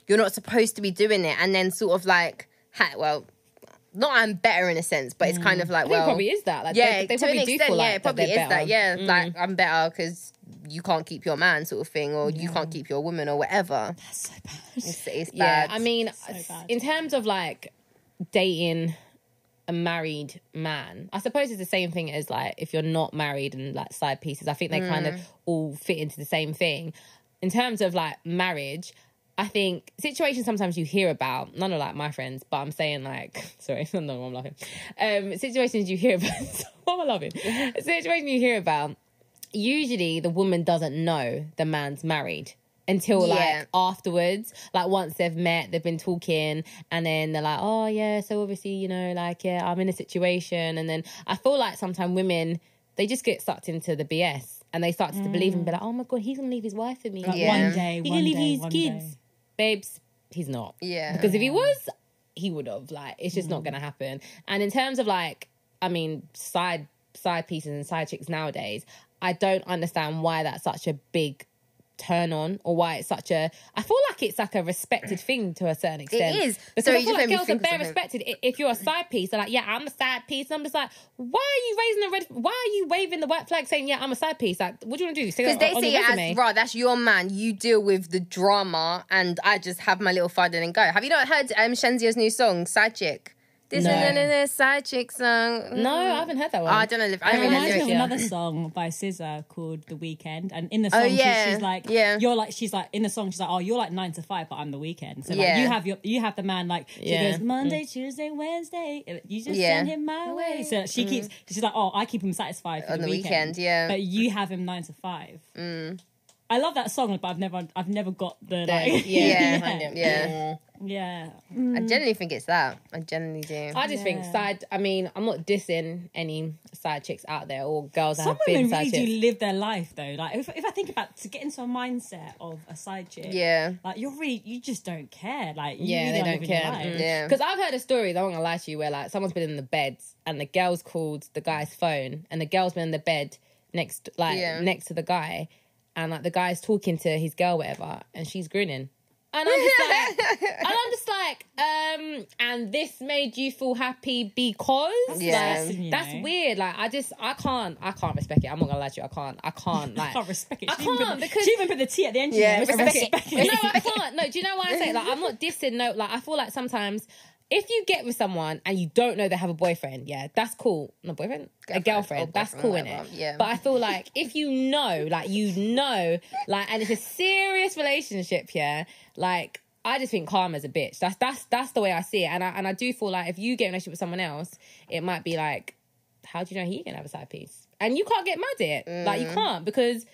you're not supposed to be doing it, and then sort of like, ha, well. not I'm better in a sense, but it's kind of like
Mm. I think
well,
it probably is that. Like,
yeah,
they, they
to
probably
an
do
extent,
feel
yeah,
like
it probably
that
is
they're better. Mm.
that. Yeah, like I'm better because you can't keep your man, sort of thing, or you can't keep your woman, or whatever.
so bad.
It's, it's
Yeah,
bad.
I mean,
bad.
in terms of like dating a married man, I suppose it's the same thing as like if you're not married and like side pieces. I think they kind
Mm.
of all fit into the same thing. In terms of like marriage, I think situations sometimes you hear about, none of like my friends, but I'm saying like, sorry, no, I'm laughing. Um, situations you hear about, what am I laughing? Situation you hear about, usually the woman doesn't know the man's married until
Yeah.
like afterwards like once they've met they've been talking and then they're like oh yeah so obviously you know like yeah i'm in a situation and then i feel like sometimes women they just get sucked into the bs and they start to believe and be like oh my god he's gonna leave his wife for me
Like
Yeah.
one day,
he's
one
gonna leave
day,
his
one
kids
day.
babes he's not
yeah,
because if he was, he would have. Like, it's just not going to happen. And in terms of like, I mean, side side pieces and side chicks nowadays, I don't understand why that's such a big turn on or why it's such a. I feel like it's like a respected thing to a certain extent.
is.
because
Sorry,
I
you
feel
just
like
made me
girls are
think of
bare
something.
respected. I- If you're a side piece, they're like, yeah, I'm a side piece. And I'm just like, why are you raising the red? Why are you waving the white flag saying, yeah, I'm a side piece? Like, what do you want to do? Say
Because
that
they
on eh?
see
your
it
resume?
as, right, that's your man. You deal with the drama, and I just have my little fun and then go. Have you not heard um, Shenzia's new song, Side Chick? This
No.
is a side chick song.
No, I haven't heard that
Oh,
one.
I don't know. if-
It
I don't really know.
reminds me of
yeah.
another song by SZA called "The Weekend," and in the song, she-
Oh, yeah,
she's like,
yeah.
you're like, she's like, in the song, she's like, oh, you're like nine to five, but I'm the weekend." So like,
Yeah. Mm.
you have your, you have the man like, she
Yeah.
goes Monday, Tuesday, Wednesday, uh, you just
Yeah. Mm.
send him my way. So she keeps, she's like, oh, I keep him satisfied for
On the weekend, yeah. Mm.
But you have him nine to five. I love that song, but I've never, I've never got the
yeah,
like,
yeah, Mm.
Yeah, yeah.
yeah.
I generally think it's that. I generally do.
I just think
Yeah.
side. I mean, I'm not dissing any side chicks out there or girls that
Some
have been
women
side
really do
chicks.
live their life though. Like if, if I think about to get into a mindset of a side chick,
yeah,
like you're really you just don't care. Like you
Yeah,
really
they
are
don't
living your
care.
life.
Mm.
yeah.
Because I've heard a story. I won't gonna lie to you, where like someone's been in the bed and the girl's called the guy's phone and the girl's been in the bed next, like
Yeah.
next to the guy, and like the guy's talking to his girl, whatever, and she's grinning. And I'm just like, and I'm just like, um, and this made you feel happy because
Yeah.
Like,
You
that's
know.
weird. Like I just, I can't, I can't respect it. I'm not gonna lie to you. I can't, I can't. Like
I can't respect it.
I
She even
can't
put the-
because-
she even put the T at the end. She
Yeah,
said,
respect it.
no, I can't. No, do you know why I say it? like I'm not dissing? No, like I feel like sometimes if you get with someone and you don't know they have a boyfriend, yeah, that's cool. Not boyfriend, a
Girlfriend
girlfriend,
or
that's cool in
boyfriend,
it.
whatever, yeah.
But I feel like if you know, like you know, like, and it's a serious relationship, yeah, like. I just think karma's a bitch. That's that's that's the way I see it, and I and I do feel like if you get in a relationship with someone else, it might be like, how do you know he can have a side piece? And you can't get mad at it, like
Mm.
you can't because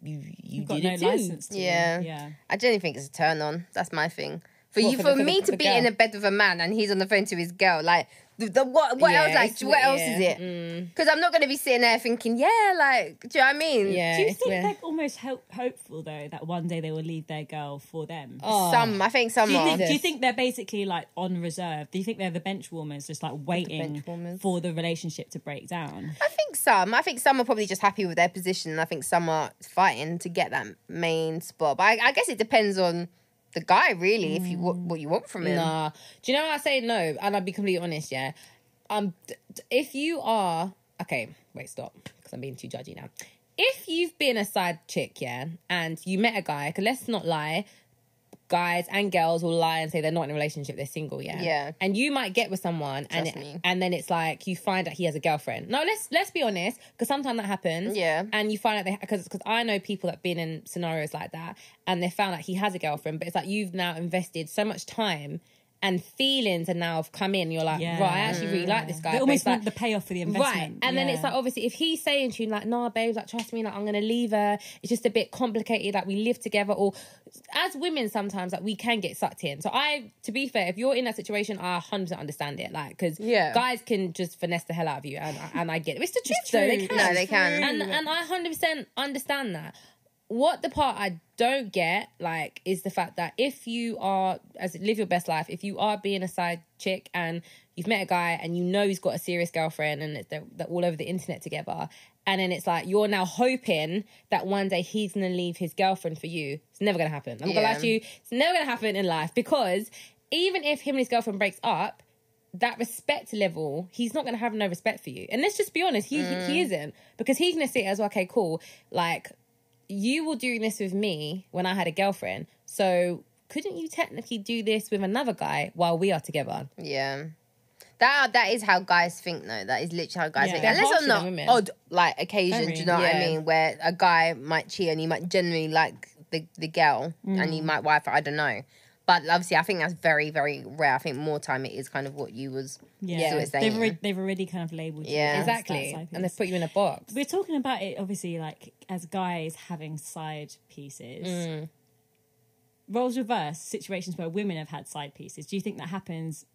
you you
Got no
didn't do.
license. To
Yeah.
yeah.
I generally think it's a turn on. That's my thing. For
What,
you,
for
for,
the- for the-
me
for
to
the
be
girl?
in a bed with a man and he's on the phone to his girl, like the, the what? What
Yeah,
else? Like,
it's-
what else is
yeah, Mm.
it? Because I'm not going to be sitting there thinking, yeah, like, do you know what I mean?
Yeah.
Do you
it's
think
weird.
they're almost hope, hopeful though that one day they will leave their girl for them?
Oh.
Some, I think some
do you
are.
think? Do you
Yes.
think they're basically like on reserve? Do you think they're the bench warmers, just like waiting
bench warmers.
for the relationship to break down?
I think some. I think some are probably just happy with their position. and I think some are fighting to get that main spot. But I, I guess it depends on the guy, really, if you what,
Mm.
what you want from him.
Nah. Do you know why I say no? And I'll be completely honest, yeah. Um, d- d- if you are okay, wait, stop, because I'm being too judgy now. If you've been a side chick, yeah, and you met a guy, because let's not lie, guys and girls will lie and say they're not in a relationship, they're single, yeah.
Yeah.
And you might get with someone, and
Trust me.
it, and then it's like you find out he has a girlfriend. No, let's let's be honest, because sometimes that happens.
Yeah.
And you find out they because because I know people that've been in scenarios like that, and they found out he has a girlfriend, but it's like you've now invested so much time. And feelings and now have come in. You're like,
Yeah.
right, I actually really like this guy.
They
but
almost
it's like-
want the payoff for the investment,
Right. And then it's
Yeah.
like, obviously, if he's saying to you, like, nah, babe, like, trust me, like, I'm going to leave her. It's just a bit complicated. Like, we live together. Or as women, sometimes, like, we can get sucked in. So, I, to be fair, if you're in that situation, I 100% understand it. Like, because
Yeah.
guys can just finesse the hell out of you. And, and I get it. It's the truth, though. They
true.
can.
No, they can.
And, and I 100% understand that. What the part I don't get, like, is the fact that if you are, as live your best life, if you are being a side chick and you've met a guy and you know he's got a serious girlfriend and it's- they're, they're all over the internet together, and then it's like you're now hoping that one day he's gonna leave his girlfriend for you. It's never gonna happen. I'm not gonna lie
Yeah.
to you, it's never gonna happen in life because even if him and his girlfriend breaks up, that respect level, he's not going to have no respect for you. And let's just be honest, he
Mm.
he isn't because he's going to see it as okay, cool. Like you were doing this with me when I had a girlfriend, so couldn't you technically do this with another guy while we are together?
Yeah. That that is how guys think though. That is literally how guys
Yeah.
think.
They're
Unless
harsher
on
than
the
women.
odd like occasion, do
Very.
you know what I
Yeah.
mean? Where a guy might cheat and he might generally like the, the girl and he might wife her, I don't know. But obviously I think that's very, very rare. I think more time it is kind of what you was
Yeah,
yeah.
what
was
they've
saying.
already, they've already kind of labelled you.
Yeah.
as that
exactly,
side
and
piece.
they've put you in a box.
we're talking about it obviously like as guys having side pieces roles reverse situations where women have had side pieces do you think that happens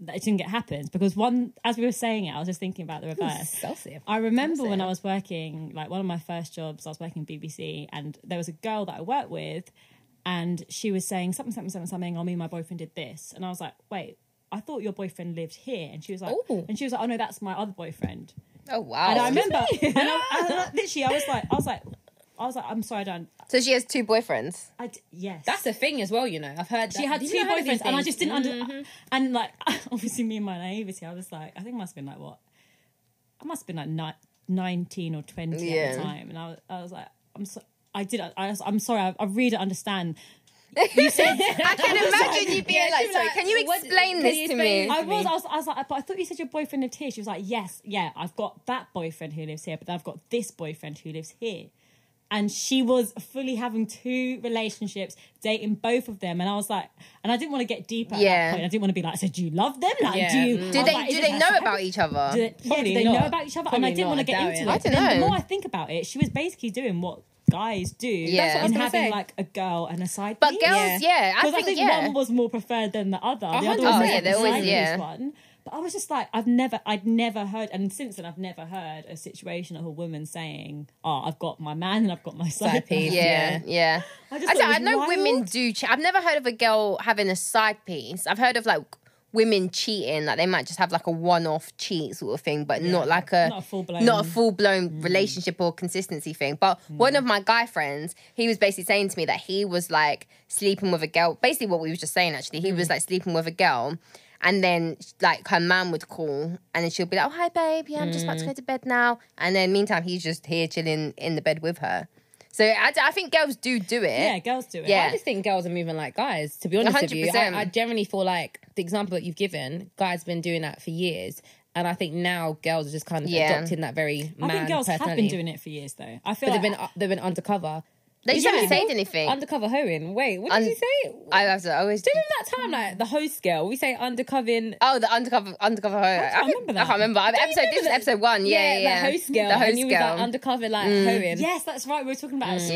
that it didn't get happens because one as we were saying it i was just thinking about the reverse
Excelsior.
I remember when I was working, like one of my first jobs, I was working BBC, and there was a girl that I worked with, and she was saying something, something, something, something. Oh, me and my boyfriend did this, and I was like, wait, I thought your boyfriend lived here, and she was like,
Ooh.
and she was like, oh no, that's my other boyfriend.
Oh wow.
And I remember, and I, I, literally, I was like, I was like, I was like, I'm sorry, I don't.
so she has two boyfriends.
I d- yes,
That's a thing as well, you know. I've heard
she
that.
had
Have
two
you not heard of these
boyfriends, and I
things?
just didn't
Mm-hmm.
under. And like, obviously, me and my naivety, I was like, I think it must have been like what, I must have been like ni- nineteen or twenty at
Yeah.
the time, and I was, I was like, I'm so, I did, I, was- I'm sorry, I, I really don't understand. You said
I can imagine you being
Yeah,
like,
she
sorry,
was
can
like,
you
what-
explain
can
this
you
to
explain-
me?
I
to
was,
me.
I was, I was like, but I thought you said your boyfriend lived here. She was like, yes, yeah, I've got that boyfriend who lives here, but I've got this boyfriend who lives here. And she was fully having two relationships, dating both of them. And I was like, and I didn't want to get deeper. At
Yeah.
that point. I didn't want to be like, so do you love them? Like,
Yeah.
do you? I
Mm.
do
was
they
like,
do
is
they
it
know
her-
about each other?
Do they, yeah, do
Probably
they
not.
know about each other? and I
Probably
didn't want to
not,
get
I doubt
into
it.
it.
I
But
don't
then the
know.
more I think about it, she was basically doing what guys do.
Yeah. That's what I was
and
gonna
having
say.
like a girl and a side
But
piece.
girls, yeah, I,
Because
think,
I think
yeah.
one was more preferred than the other. The
hundred
other was
percent.
like
Oh, yeah,
the
there was-
sideways
yeah.
one. But I was just like, I've never, I'd never heard, and since then I've never heard a situation of a woman saying, "Oh, I've got my man and I've got my side,
Side piece.
piece."
Yeah,
Yeah.
yeah.
I
I,
just thought
don't-
it
I
was
know
wild.
women do. Che- I've never heard of a girl having a side piece. I've heard of like women cheating, like they might just have like a one-off cheat sort of thing, but not like a
Not a full-blown- Mm.
not a full-blown relationship or consistency thing. But one of my guy friends, he was basically saying to me that he was like sleeping with a girl. Basically, what we were just saying actually, he
Mm.
was like sleeping with a girl. And then, like, her man would call, and then she'll be like, "Oh, hi, babe. Yeah, I'm just
Mm.
about to go to bed now." And then, meantime, he's just here chilling in the bed with her. So I, I think girls do do it.
Yeah, girls do it.
I
Yeah.
just think girls are moving like guys. To be honest with you, I,
100%.
I generally feel like the example that you've given, guys, been doing that for years, and I think now girls are just kind of
Yeah.
adopting that very
I
man
think girls have been
personality.
doing it for years, though. I feel
but
like
they've been uh, they've been undercover.
They just
Yeah.
haven't said anything.
Undercover hoeing. Wait, what did
Un-
you say?
I have to always.
During that time, like the host girl, we say undercovering.
Oh, the undercover, undercover. Hoe. I,
can't
think-
remember
I
that.
can't remember. I- episode
remember
this is
that?
episode one. Yeah, yeah. yeah.
the host girl.
The
and
host
you Was, like,
girl. Mm.
undercover like hoeing.
yes, that's right. We were talking about at school.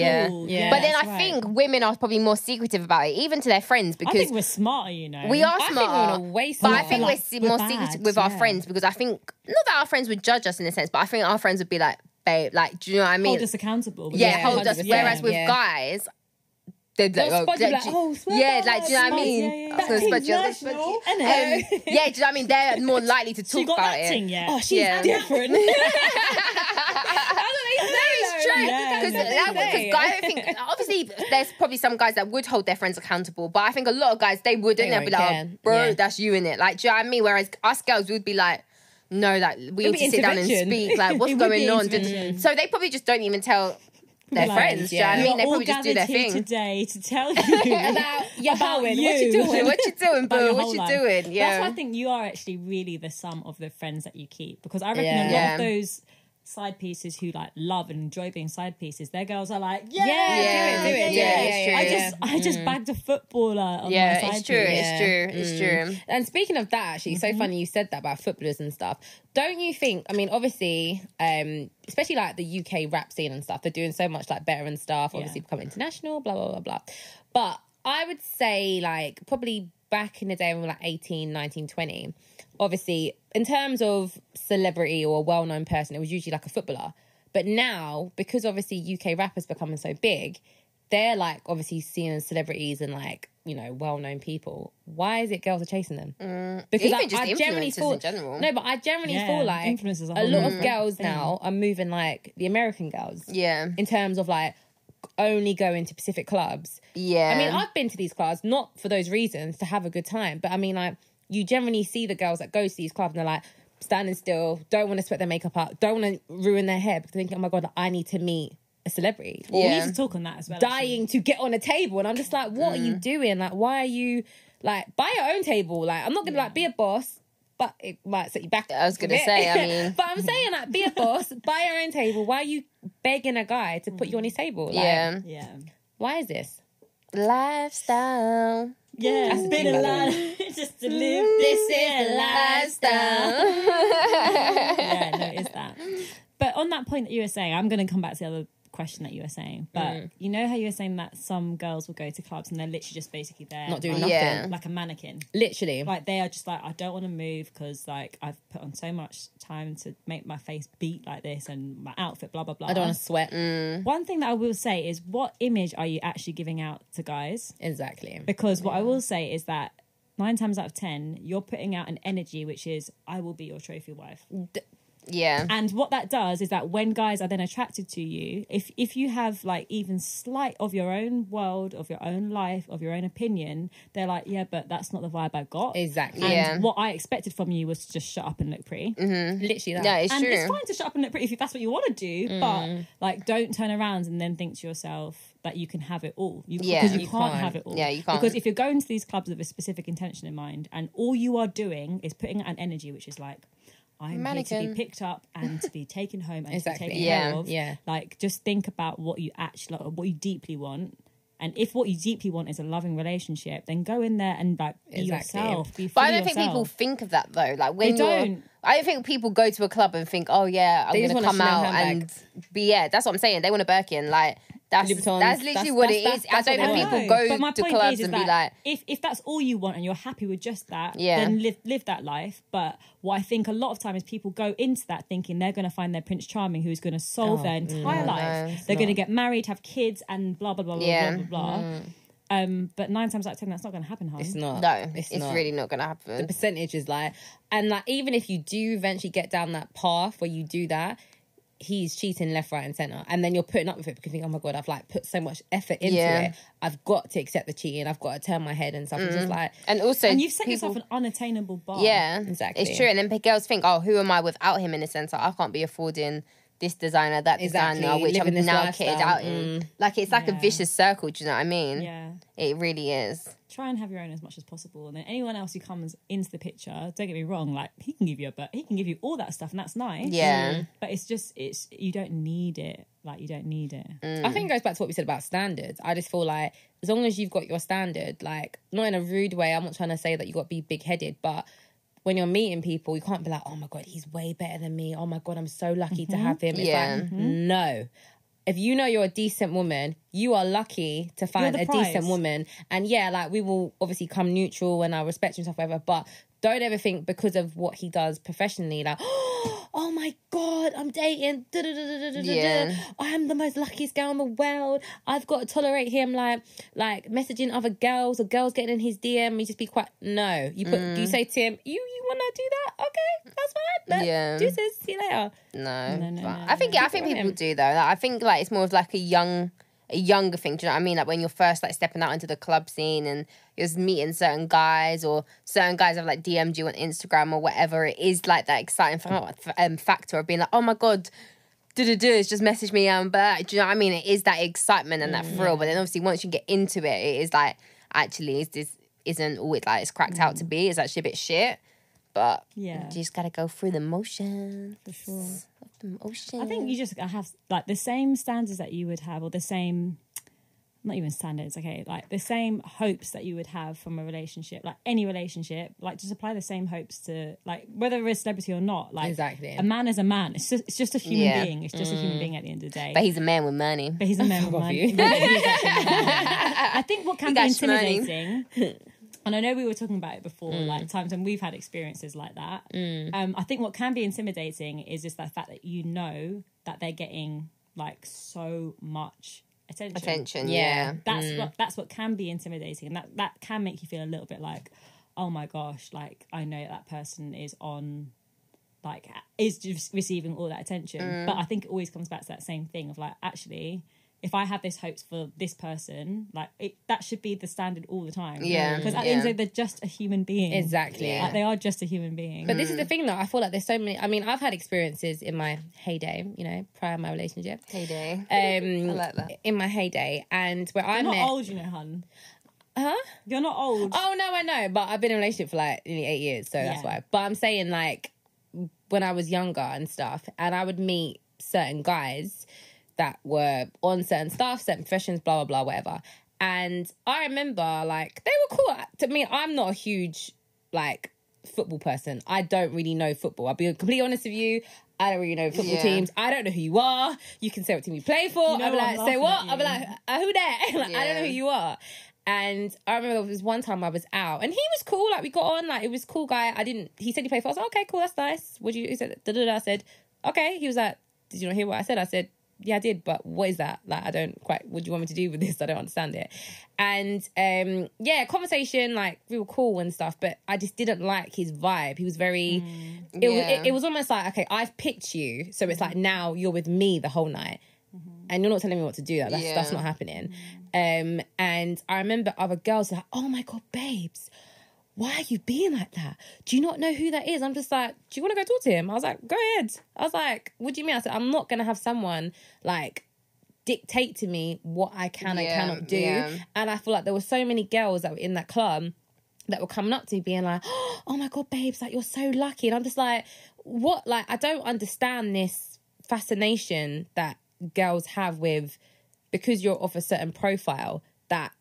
yeah.
Yeah.
but then
that's
I
right.
think women are probably more secretive about it, even to their friends,
I
because
think we're smarter, you know.
we are
I think
smart.
we're on a waste
But I
lot.
think
Like,
we're, se-
we're
more
bad,
secretive with our
yeah.
friends because I think not that our friends would judge us in a sense, but I think our friends would be like, babe, like, do you know what I mean?
hold us accountable.
yeah,
Yeah,
hold us.
100%,
Whereas with
yeah.
guys, they'd be like,
They'll
oh,
spot you
like,
like,
do-
"Oh, swear
yeah,
down,
like, do you know what I
smart,
mean?
yeah, yeah, yeah.
I was gonna
That
spot you, I was
team's
gonna spot you.
national,
Um,
innit?
yeah, do you know what I mean? They're more likely to talk
She got
about
that
it.
thing, yeah.
Oh, she's
Yeah.
different.
That is true.
Yeah,
Because
no,
that
they
would- 'cause
say.
guys, I think obviously there's probably some guys that would hold their friends accountable, but I think a lot of guys they wouldn't.
They
They would be
won't
like,
care.
oh, bro,
Yeah.
that's you in it. Like, do you know what I mean? Whereas us girls would be like. No, like we
It'd
need
be
to sit down and
intervention.
speak. Like, what's
It would be
going on? Do-
intervention.
So they probably just don't even tell their
Like,
friends.
yeah.
Do
We
you know what I mean?
are
They
all
probably just do their
gathered here
thing.
today to tell you
about your
About
hoeing. What
you.
you doing?
what you doing,
about your
boo? What
whole
you
life.
doing?
That's
Yeah.
why I think you are actually really the sum of the friends that you keep because I reckon a lot
Yeah.
of those side pieces who like love and enjoy being side pieces, their girls are like, yeah,
Yeah,
do it, do it, yeah, it's true,
I
yeah.
just I just bagged a footballer on
yeah,
my side
it's true.
piece.
Yeah.
It's true.
Mm.
It's true.
And speaking of that, actually, so funny you said that about footballers and stuff. Don't you think? I mean, obviously, um, especially like the UK rap scene and stuff, they're doing so much like better and stuff. Obviously,
Yeah.
become international, blah blah blah blah. But I would say like probably back in the day when we were like 18, 19, 20, obviously in terms of celebrity or a well-known person, it was usually like a footballer. But now, because obviously UK rappers becoming so big, they're like obviously seen as celebrities and like you know well-known people. Why is it girls are chasing them? because
Mm, Even just influencers in general.
no, but I generally
Yeah,
feel like
influencers
a
are whole
lot of
different
girls
thing.
now are moving like the American girls
Yeah.
in terms of like only going to specific clubs.
Yeah.
I mean, I've been to these clubs not for those reasons to have a good time, but I mean, like you generally see the girls that go to these clubs and they're like standing still, don't want to sweat their makeup up, don't want to ruin their hair because thinking, oh my god, I need to meet a celebrity. Or
We
Yeah. Mm.
used to talk on that as well. actually.
dying to get on a table, and I'm just like, what are you doing? Like, why are you like buy your own table? Like, I'm not gonna like be a boss. But it might set you back.
I was
from
gonna
it.
say, I mean-
but I'm saying, like, be a boss, buy your own table. Why are you begging a guy to put you on his table? Like,
yeah.
Yeah.
Why is this?
Lifestyle.
Yeah. It's been a lot just to live this is yeah, no, it is that. But on that point that you were saying, I'm going to come back to the other question that you were saying. But
Mm.
you know how you were saying that some girls will go to clubs and they're literally just basically there,
Not doing
like,
nothing.
Yeah.
like a mannequin.
Literally.
Like they are just like, I don't want to move because like I've put on so much time to make my face beat like this and my outfit, blah blah blah.
I don't want to sweat.
One thing that I will say is, what image are you actually giving out to guys?
Exactly.
Because what I will say is that. Nine times out of ten, you're putting out an energy which is, I will be your trophy wife.
Yeah.
And what that does is that when guys are then attracted to you, if if you have like even slight of your own world, of your own life, of your own opinion, they're like, yeah, but that's not the vibe I got.
Exactly.
And
Yeah.
what I expected from you was to just shut up and look pretty.
Literally that.
No, it's
and
true. Mm.
it's fine to shut up and look pretty if that's what you want to do, but like don't turn around and then think to yourself that you can have it all. You,
Yeah.
Because you,
You
can't,
can't.
have it all.
Yeah, you can't.
Because if you're going to these clubs with a specific intention in mind and all you are doing is putting out an energy which is like, I'm here to
Mannequin.
be picked up and to be taken home and to
Exactly.
be taken
Yeah.
care of.
Yeah.
Like just think about what you actually what you deeply want. And if what you deeply want is a loving relationship, then go in there and like be
Exactly.
yourself. Be
But
fully
I don't think people
yourself.
think of that though. Like when
They
you're-
don't.
I don't think people go to a club and think, "Oh yeah, I'm
They just
going to
want
come
a Chanel
out
handbag.
and be." Yeah, that's what I'm saying. They want a Birkin. Like that's
Louis Vuittons.
that's literally
That's-
what
that's-
it is.
that's- that's
I
what
don't
they
think
want.
people
No,
go to
point
clubs
is
and
that
be like,
if if that's all you want and you're happy with just that,
Yeah.
then live live that life. But what I think a lot of times people go into that thinking they're going to find their Prince Charming who's going to solve
Oh,
their entire life.
it's
they're going to get married, have kids, and blah blah blah blah
Yeah.
blah blah. blah. Um, but nine times out of ten, that's not going to happen, hon.
It's not.
"No, it's,
not.
really not going to happen."
percentage is like and like even if you do eventually get down that path where you do that he's cheating left right and center and then you're putting up with it because you think oh my god i've like put so much effort into
Yeah.
it i've got to accept the cheating i've got to turn my head and stuff it's
Mm.
just like
and also,
And you've set
people,
yourself an unattainable bar.
yeah,
Exactly.
It's true. And then girls think, "Oh, who am I without him?" In a sense, like, I can't be affording this designer, that
Exactly.
designer, which
Living
I'm
this
now
lifestyle.
kitted out in. Like it's like
Yeah.
a vicious circle. Do you know what I mean?
yeah.
It really is.
Try and have your own as much as possible, and then anyone else who comes into the picture, don't get me wrong, like he can give you a but he can give you all that stuff, and that's nice.
Yeah.
but it's just it's you don't need it like you don't need it
I think it goes back to what we said about standards. I just feel like as long as you've got your standard, like not in a rude way, I'm not trying to say that you got to be big headed, but when you're meeting people, you can't be like, oh my God, he's way better than me. Oh my God, I'm so lucky to have him. It's
Yeah.
like,
Mm-hmm.
no. If you know you're a decent woman, you are lucky to find
the
a
prize.
decent woman. And yeah, like we will obviously come neutral and I respect you and stuff, whatever, but don't ever think because of what he does professionally, like, oh my God, I'm dating. da, da, da, da, da, da, da,
Yeah.
I'm the most luckiest girl in the world. I've got to tolerate him like like messaging other girls or girls getting in his DM. You just be quite no. You put
Mm.
you say to him, you you want to do that? Okay, that's fine. Look,
Yeah.
deuces. See you later.
No,
No, no,
but
no, Um,
I think
no.
I think people do though. Like, I think like it's more of like a young, a younger thing. Do you know what I mean? Like when you're first like stepping out into the club scene and you're just meeting certain guys or certain guys have like DM'd you on Instagram or whatever. It is like that exciting fa- f- um, factor of being like, oh my god. Do do do! It's just message me. I'm back. Do you know what I mean? It is that excitement and that
Mm.
thrill. But then obviously, once you get into it, it is like actually, is this isn't all it like it's cracked out to be? It's actually a bit shit. But
Mm. Yeah.
you just gotta go through the motions.
for sure
Emotion.
i think you just gotta have like the same standards that you would have or the same not even standards okay like the same hopes that you would have from a relationship like any relationship like just apply the same hopes to like whether we're a celebrity or not like
Exactly.
a man is a man it's just, it's just a human
Yeah. Mm.
being it's just a human being at the end of the day
But he's a man with money.
But he's a man with
off
money.
you.
No, he's actually a man with money. I think what can be
got shmoney.
intimidating, and I know we were talking about it before, like times when we've had experiences like that. Um, I think what can be intimidating is just the fact that you know that they're getting like so much attention.
Attention,
Yeah.
yeah.
That's what that's what can be intimidating, and that that can make you feel a little bit like, oh my gosh, like I know that person is on like is just receiving all that attention. But I think it always comes back to that same thing of like, actually, if I have this hopes for this person, like it, that should be the standard all the time.
Yeah,
because at the end of the
yeah.
day, they're just a human being.
Exactly.
Yeah.
Like, they are just a human being.
But this is the
Mm.
thing, though. I feel like there's so many. I mean, I've had experiences in my heyday, you know, prior to my relationship.
Heyday.
Um,
I like that.
In my heyday, and where I
You're not
met.
old, you know, hun.
Huh?
You're not old.
Oh no, I know, but I've been in a relationship for like nearly eight years, so that's
Yeah.
why. But I'm saying like when I was younger and stuff, and I would meet certain guys that were on certain stuff, certain professions, blah blah blah, whatever. And I remember like they were cool. To me, I'm not a huge like football person. I don't really know football. I'll be completely honest with you. I don't really know football
Yeah.
teams. I don't know who you are. You can say what team you play for.
know
I'm
I'm
like, say
laughing
what?
at
I'm
you.
like, uh, who that? like, I don't know
Yeah.
who you are. And I remember there was one time I was out, and he was cool. Like we got on, like it was cool guy. I didn't. He said he played for. I was like, okay, cool, that's nice. Would you? He said, da, da, da. I said, okay. He was like, did you not hear what I said? I said, yeah, I did, but what is that? Like, I don't quite. What do you want me to do with this? I don't understand it. And um, yeah, conversation like we were cool and stuff, but I just didn't like his vibe. He was very. It, was,
Mm. Yeah.
it, it was almost like okay, I've picked you, so it's like now you're with me the whole night and you're not telling me what to do. That that's, that's
Yeah.
not happening. Um, and I remember other girls like, oh my god, babes, why are you being like that? Do you not know who that is? I'm just like, do you want to go talk to him? I was like, go ahead. I was like, what do you mean? I said, I'm not gonna have someone like dictate to me what I can and
Yeah,
cannot do.
yeah.
And I feel like there were so many girls that were in that club that were coming up to me being like, oh my God, babes, like you're so lucky. And I'm just like, what? Like, I don't understand this fascination that girls have with because you're of a certain profile that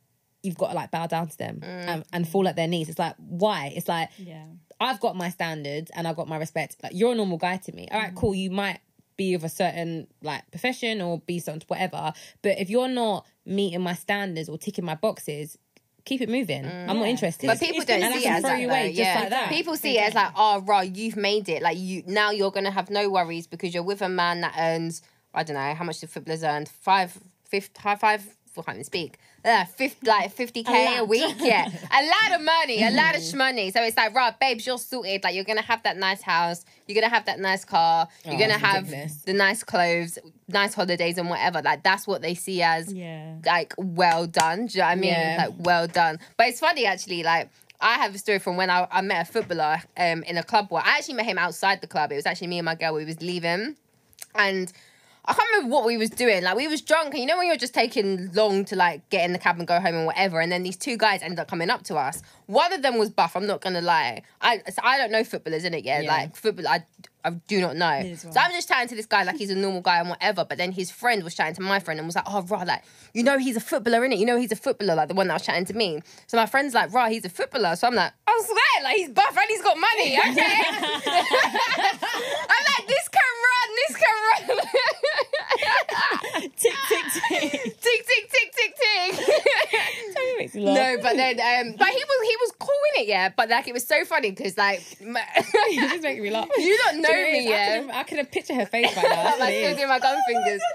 you've got to like bow down to them and, and fall at their knees. It's like, why? It's like,
yeah.
I've got my standards and I've got my respect. Like you're a normal guy to me. All
Mm.
right, cool. You might be of a certain like profession or be something whatever, but if you're not meeting my standards or ticking my boxes, keep it moving. I'm not interested.
Mm. But people
it's
don't
and I
see it
can
as
throw
that.
you
though,
away just
yeah.
like that.
People see it as like, oh, right, you've made it. Like you now, you're gonna have no worries because you're with a man that earns, I don't know, how much the footballers earned five, fifth, high five. I can't even speak. Uh, fifth, like fifty k a
lot.
week, yeah, a lot of money, a lot of money. So it's like, right, babes, you're sorted. Like you're gonna have that nice house, you're gonna have that nice car, you're
Oh,
gonna
that's
have
ridiculous.
the nice clothes, nice holidays, and whatever. Like that's what they see as
Yeah.
like well done. Do you know what I mean?
Yeah.
Like well done. But it's funny actually, like I have a story from when I, I met a footballer um in a club where I actually met him outside the club. It was actually me and my girl, we was leaving and I can't remember what we was doing. Like we was drunk, and you know when you're just taking long to like get in the cab and go home and whatever. And then these two guys ended up coming up to us. One of them was buff. I'm not gonna lie. I so I don't know footballers in it yet.
Yeah.
Like football, I I do not know.
Neither do
So
I.
I'm just chatting to this guy like he's a normal guy and whatever. But then his friend was chatting to my friend and was like, oh rah, like you know he's a footballer in it. You know he's a footballer like the one that was chatting to me. So my friend's like rah, he's a footballer. So I'm like, I swear, like he's buff and he's got money. Okay. I'm like, this can run, this can run.
Tick tick tick.
tick, tick, tick, tick, tick.
It makes me laugh.
no, but then, um, but he was he was cool in it, yeah. But like, it was so funny because like, my-
you just make me laugh.
you don't know
Do you what it is?
me,
I
yeah.
could, have, I could have pictured her face right now. That's
I'm
what
like
it
still
is.
doing my gun fingers.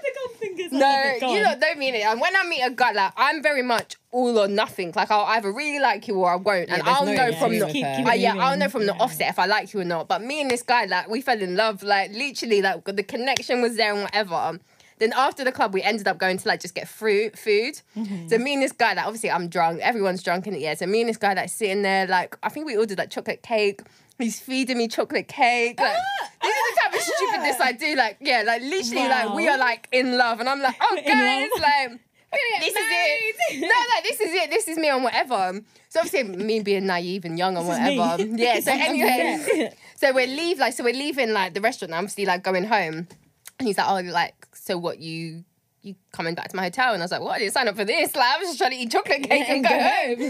No, you lot don't mean it. And when I meet a guy, like I'm very much all or nothing. Like I'll either really like you or I won't, and
Yeah, there's
I'll
no
know
in
from
between
the
with her.
Keep- keep
Uh, yeah, I'll
Believing,
know from the
yeah.
offset if I like you or not. But me and this guy, like, we fell in love, like, literally, like, the connection was there and whatever. Then after the club, we ended up going to like just get fruit, food.
Mm-hmm.
So me and this guy, like, obviously I'm drunk, everyone's drunk in it, yeah. So me and this guy, like, sitting there, like, I think we ordered like chocolate cake. He's feeding me chocolate cake. Like,
Ah,
this is the type of stupidness I do. Like, yeah, like literally, like we
Wow.
are like in love, and I'm like, oh
In
guys,
love.
like this is it. No, no, this is it. This is me and whatever. So obviously me being naive and young and
This is
whatever.
me.
Yeah. So anyway, so we're leave like so we're leaving like the restaurant. and Obviously like going home, and he's like, oh, like so what you you coming back to my hotel? And I was like, what? I didn't sign up for this. Like I was just trying to eat chocolate cake
and
and go
go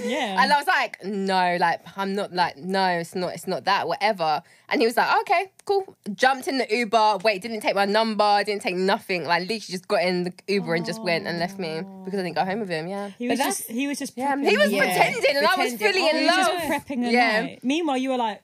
home.
Yeah.
And I was like, no, like I'm not like no, it's not, it's not that, whatever. And he was like, okay, cool. Jumped in the Uber. Wait, didn't take my number, didn't take nothing. Like literally just got in the Uber and just went and left me because I didn't go home with him. Yeah,
He
But
was
that's-
just he was just
yeah.
prepping
He was
the
Yeah.
night.
pretending, and I was
Pretending.
fully
Oh,
in
he was
love.
just
He was just prepping the
Yeah.
night. Meanwhile, you were like,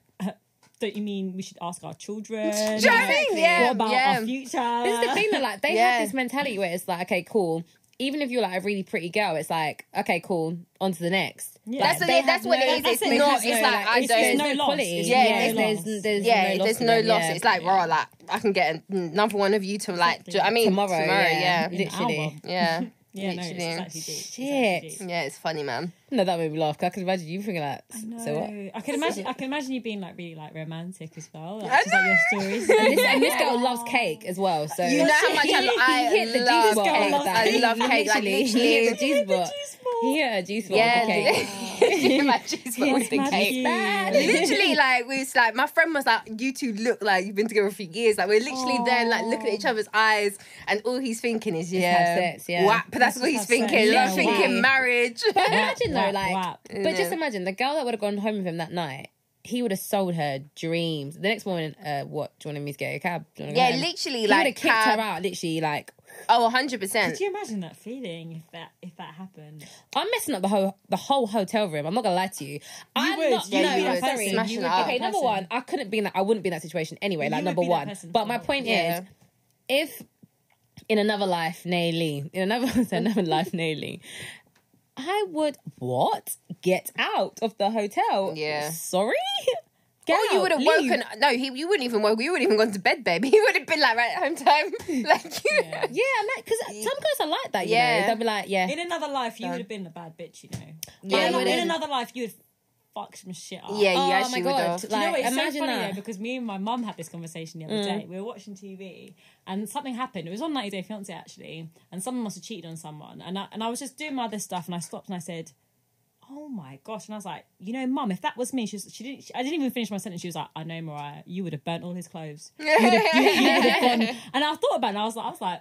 don't you mean we should ask our children?
Do you know what I mean? Yeah,
What about
yeah.
our future?
This is the thing that like they
Yeah.
have this mentality where it's like, okay, cool. Even if you're like a really pretty girl, it's like, okay, cool, on to the next.
Yeah.
Like,
That's, the,
they
that's
have
what
no-
it is.
that's
It's
it.
not.
There's
It's
no,
like,
like,
I
it's-
don't.
there's no loss.
quality.
It's
Yeah,
no
there's,
loss.
There's, there's
yeah,
no loss
there's
in
no
it,
loss.
yeah.
It's like raw, like I can get another one of you to like. do you know what I mean
tomorrow, yeah,
Yeah,
literally.
hour.
yeah.
Yeah, no, it's,
Literally.
it's actually deep. It's actually
Shit.
deep.
Yeah, it's funny, man.
No, that made me laugh. 'cause I could imagine you thinking like,
I know.
so what?
I can imagine. I can imagine you being like really like romantic as well. Like,
I
just, like, your stories.
And this, and this girl loves cake as well. So
You know how much I,
He-
I
he hit the
love
G-spot
cake.
like
I
that.
love cake. Like
Literally,
literally,
he hit the G spot. He hit a G spot
yeah,
with the cake.
literally, my G-spot
Yes,
was the
my
cake.
G.
Bad.
Literally, like we was like my friend was like, "You two look like you've been together for years." Like we're literally there, like looking at each other's eyes, and all he's thinking is, "Yeah,
have sex, yeah.
whap." But that's
Let's
what he's
just have sex.
thinking. Like,
Yeah,
thinking
whap.
marriage.
But imagine though,
Whap,
like,
whap.
but just
Yeah.
imagine the girl that would have gone home with him that night. He would have sold her dreams. The next morning, uh, what? Do you want me to get a cab? Do you wanna go
yeah,
home?
literally,
He would
like
have kicked
cab-
her out. Literally, like
Oh, 100 percent.
Could you imagine that feeling if that if that happened?
I'm messing up the whole the whole hotel room. I'm not gonna lie to you. I'm
would.
not.
Yeah,
no,
you would.
I'm sorry.
That's
smashing
You would-
it up.
okay, number
Person.
one, I couldn't be in that. I wouldn't be in that situation anyway. Like
would
number
be that
one.
person
But
for
my
sure.
point
Yeah.
is, if in another life, nay Lee, in another another life, nay Lee, I would what get out of the hotel?
Yeah.
Sorry. Get
Or you
out,
would have
leave.
woken. No, he, you wouldn't even woke. You wouldn't even gone to bed, baby. You would have been like right home time. Like you.
Yeah.
Yeah, I'm like because some guys are like that. You
Yeah.
know, they'll be like, yeah,
In another life, you
Done.
would have been a bad bitch, you know.
Yeah,
Yeah,
you
in
would've.
another life, you would fuck some shit up.
Yeah,
oh my
you actually would
god,
have.
Do you know
like
what? It's
imagine
so funny
that. Mm.
though because me and my mum had this conversation the other day. We were watching TV and something happened. It was on 90 Day Fiance actually, and someone must have cheated on someone. And I, and I was just doing my other stuff, and I stopped and I said, "Oh my gosh!" And I was like, "You know, mum, if that was me, she was, she didn't. She, I didn't even finish my sentence. She was like, "I know, Mariah, you would have burnt all his clothes." and I thought about it. And I was like, I was like,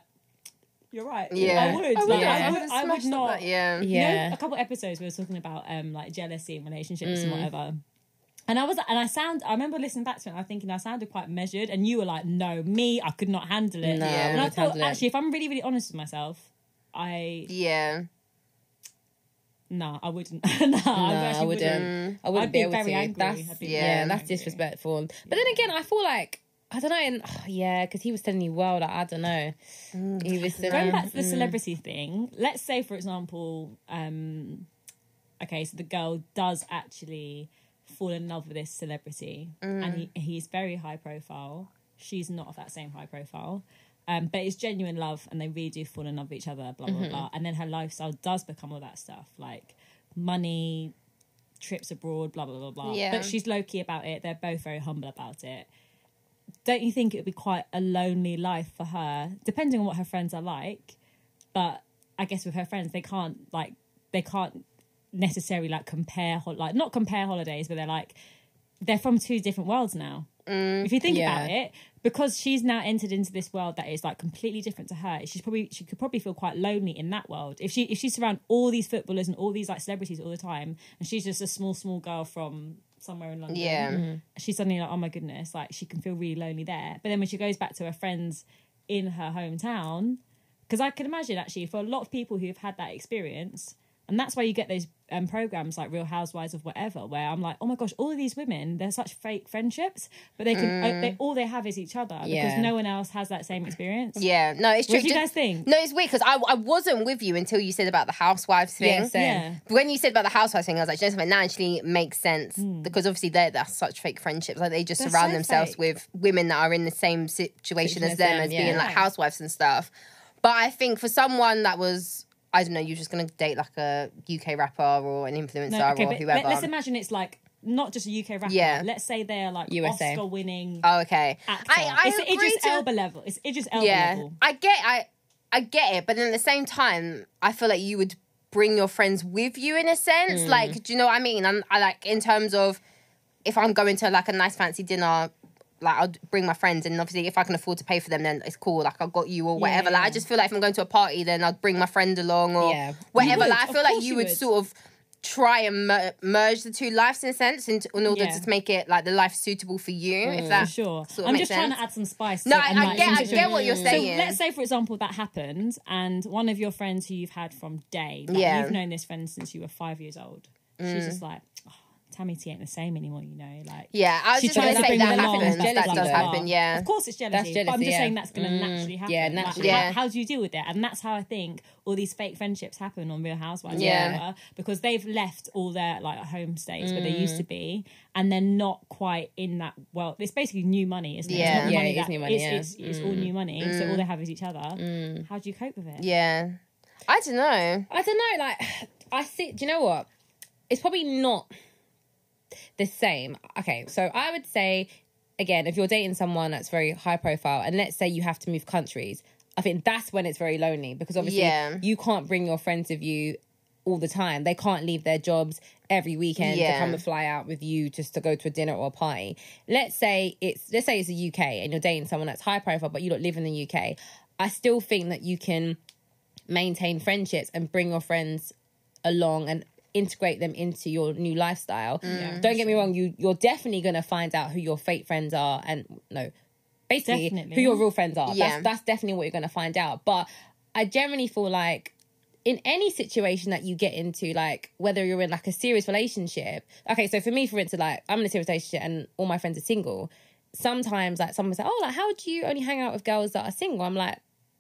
"You're right.
Yeah.
I would.
I would,
Like,
yeah.
I would, I would
smashed
not."
that, Yeah.
you know,
yeah,
a couple episodes we were talking about um like jealousy and relationships
Mm.
and whatever. And I was and I sound I remember listening back to it and I thinking I sounded quite measured and you were like, No, me, I could not handle it.
No, I
and I
wouldn't
thought
handle it.
actually if I'm really, really honest with myself, I
Yeah.
nah, I wouldn't. nah, I
No,
actually
I wouldn't. I wouldn't
I'd
be
be
able
very
to.
angry.
That's
I'd be
yeah,
very
that's
angry.
disrespectful. But then again, I feel like I don't know. And, oh, yeah, because he was telling you well. Like I don't know.
Mm,
He was telling-
Going back to the celebrity thing, let's say for example, um okay, so the girl does actually fall in love with this celebrity and
Mm.
he, he's very high profile. She's not of that same high profile. Um, but it's genuine love and they really do fall in love with each other, blah blah blah. And then her lifestyle does become all that stuff, like money, trips abroad, blah blah blah blah.
Yeah.
But she's low key about it, they're both very humble about it. Don't you think it would be quite a lonely life for her, depending on what her friends are like? but I guess with her friends, they can't like they can't necessarily like compare hol- like not compare holidays, but they're like they're from two different worlds now. if you think about
yeah.
it, because she's now entered into this world that is like completely different to her, she's probably she could probably feel quite lonely in that world. If she if she's around all these footballers and all these like celebrities all the time, and she's just a small small girl from somewhere in London,
Yeah.
she's suddenly like, oh my goodness, like she can feel really lonely there. But then when she goes back to her friends in her hometown, because I can imagine actually for a lot of people who've had that experience, and that's why you get those um, programs like Real Housewives of whatever, where I'm like, oh my gosh, all of these women, they're such fake friendships, but they can, uh,
Mm.
they, all they have is each other
Yeah.
because no one else has that same experience.
Yeah, no, it's true.
What do you guys think?
No, it's weird because I, I wasn't with you until you said about the housewives thing.
Yeah, same.
Yeah.
When you said about the housewives thing, I was like, you know something, that actually makes sense
Hmm.
because obviously they're, they're such fake friendships. Like they just
They're
surround
so
themselves
fake.
with women that are in the same situation as them, as
yeah.
being like
Yeah.
housewives and stuff. But I think for someone that was, I don't know, you're just going to date like a UK rapper or an influencer
No, okay,
or
but
whoever.
let, us imagine it's like not just a UK rapper.
Yeah.
Let's say they're like
USA.
Oscar winning
oh, okay.
actor. it's
agree
Idris
to-
Elba level. It's Idris Elba level.
I get I I get it, but then at the same time, I feel like you would bring your friends with you in a sense.
Hmm.
Like, do you know what I mean? And I like in terms of if I'm going to like a nice fancy dinner, like I'll bring my friends, and obviously if I can afford to pay for them, then it's cool. Like I got you or whatever. Like I
Yeah.
just feel like if I'm going to a party, then I'd bring my friend along or
Yeah. You
whatever.
would,
Like I
of
feel like
course
you
you
would
would.
sort of try and mer- merge the two lives in a sense, in, in order
Yeah. Mm.
to make it like the life suitable for you. If
for
that
sure.
sort of
I'm
makes
just trying
sense.
to add some spice.
No,
to
I-
it and,
I
like,
get-
some
I get what you're
situation.
saying.
So let's say, for example, that happens, and one of your friends who you've had from day, like
Yeah. Mm.
you've known this friend since you were five years old, she's just like, oh, Tammy T ain't the same anymore. You know, like
Yeah, I was
She
just going
tries
to
to
say
bring
that
me along,
happens.
blah,
That
blah,
does
blah.
happen. Yeah.
Of course, it's
That's
jealousy, but I'm
jealousy,
just saying
yeah. Mm.
that's going to naturally happen.
yeah,
Like,
naturally.
how-
Yeah.
How, do you deal with it? And that's how I think all these fake friendships happen on Real Housewives,
Yeah.
yeah, because they've left all their like home states where they
Mm.
used to be, and they're not quite in that world. It's basically new money, isn't it?
Yeah.
it's not
Yeah, Mm.
money
it is
that-
new money,
It's, it's, it's all new money, so all they have is each other. How do you cope with it?
Yeah. I don't know.
I don't know. Like, I see. Do you know what? It's probably not the same. Okay, so I would say again, if you're dating someone that's very high profile, and let's say you have to move countries, I think that's when it's very lonely because obviously
Yeah.
you can't bring your friends with you all the time. They can't leave their jobs every weekend to
Yeah.
come and fly out with you just to go to a dinner or a party. Let's say it's let's say it's the UK and you're dating someone that's high profile, but you don't live in the UK. I still think that you can maintain friendships and bring your friends along and integrate them into your new lifestyle.
Yeah,
Don't get me wrong, you you're definitely gonna find out who your fake friends are and no, basically
Definitely.
who your real friends are.
Yeah.
That's that's definitely what you're gonna find out. But I generally feel like in any situation that you get into, like whether you're in like a serious relationship, okay, so for me, for instance, like I'm in a serious relationship and all my friends are single. Sometimes like someone say, Oh, like how do you only hang out with girls that are single? I'm like,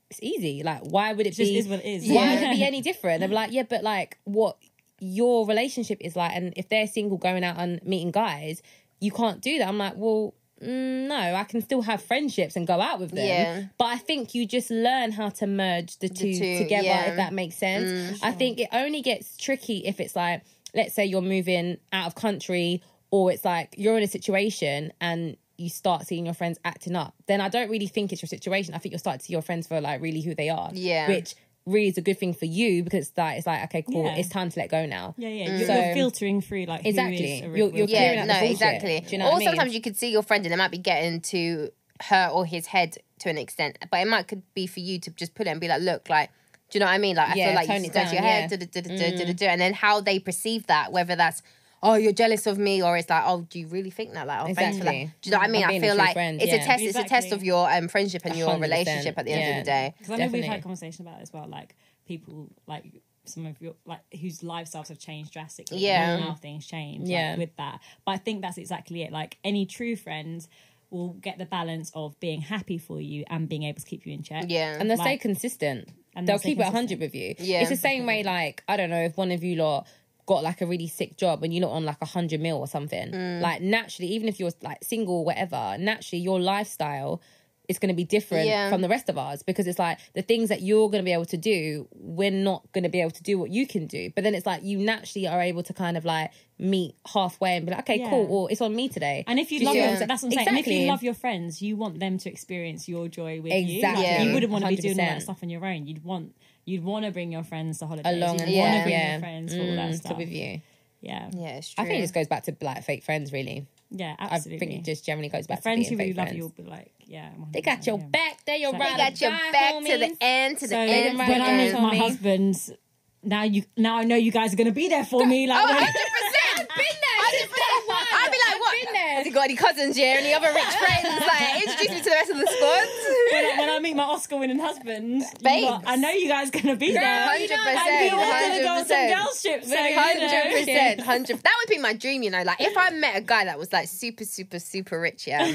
it's easy. Like why would it
Just
be
is what it is.
why
Yeah.
would it be any different? I'm like, yeah, but like what your relationship is like, and if they're single going out and meeting guys, you can't do that. I'm like, well, mm, no, I can still have friendships and go out with them.
Yeah.
But I think you just learn how to merge the two,
two,
together,
yeah. Mm,
if that makes sense. I think it only gets tricky if it's like, let's say you're moving out of country, or it's like you're in a situation and you start seeing your friends acting up. Then I don't really think it's your situation. I think you'll start to see your friends for like really who they are.
Yeah.
Which really is a good thing for you because that it's like okay cool
Yeah.
it's time to let go now
Yeah, yeah.
Mm.
You're,
So-
you're filtering through like who
Exactly.
is a real-
You're- you're
real
clearing
Yeah,
out
friend.
the
no,
bullshit.
exactly.
Do you know
or
what I mean?
sometimes you could see your friend and it might be getting to her or his head to an extent, but it might could be for you to just pull it and be like, look, like, do you know what I mean? Like, I
Yeah,
feel like
tone
you
it
scratch
down,
your head,
yeah. Mm.
da, da, da, da, da, da, da, and then how they perceive that, whether that's, oh, you're jealous of me, or it's like, oh, do you really think that? Like, oh, thanks for that. Do
Exactly.
you know what I mean?
Of
I
being a
feel
true
like
friend,
it's
yeah.
a test. It's a test of
Exactly.
your um, friendship and your
100%,
relationship at the end of the
yeah.
day.
Because I know we've
Definitely.
had conversation about it as well, like people like some of your like whose lifestyles have changed drastically.
Yeah.
and how things change. like,
Yeah.
with that, but I think that's exactly it. Like any true friends will get the balance of being happy for you and being able to keep you in check.
Yeah.
and they'll stay
Like-
consistent.
And
they'll,
they'll stay
keep it hundred
consistent.
with you.
Yeah.
it's the same way. Like I don't know if one of you lot got like a really sick job and you lot on like a hundred mil or something.
Mm.
Like naturally, even if you're like single or whatever, naturally your lifestyle is going to be different
Yeah.
from the rest of ours because it's like the things that you're going to be able to do, we're not going to be able to do what you can do. But then it's like you naturally are able to kind of like meet halfway and be like, okay,
Yeah.
cool. Well, it's on me today.
And if you
Do
love
see
your,
what I'm saying?
that's what I'm saying. And if
Exactly.
you love your friends, you want them to experience your joy with you.
Exactly.
Like,
Yeah.
You wouldn't want to be doing all
100%.
that stuff on your own. You'd want you'd want to bring your friends to holidays.
along and
You'd want
Yeah.
to bring
yeah,
your friends for all
Mm,
that
to
stuff.
with you.
Yeah. yeah,
yeah, it's true.
I think it just goes back to like fake friends, really.
absolutely.
I think it just generally goes back
friends
to
who
being
really
fake
love
friends.
you will be like, yeah,
They got your
back.
back. They your
They
ride
You
or
got your
die,
back to
homies.
the end, to the
So
end.
right
when I meet
there.
my
Homie.
husband, now you now I know you guys are gonna be there for me.
Oh,
Like, when-
100%.
Been there. since day one.
I'd be like, what?
Been there.
Has he got any cousins here? Any other rich friends? Like, introduce me to the rest of the squad.
when, I, when I meet my Oscar-winning husband, you
Babes.
lot- I know you guys are gonna be there.
you know,
100%.
Like, we all gonna go on some
100%.
girls trip. So, you
Hundred
know.
percent, hundred. That would be my dream, you know. Like if I met a guy that was like super, super, super rich, yeah.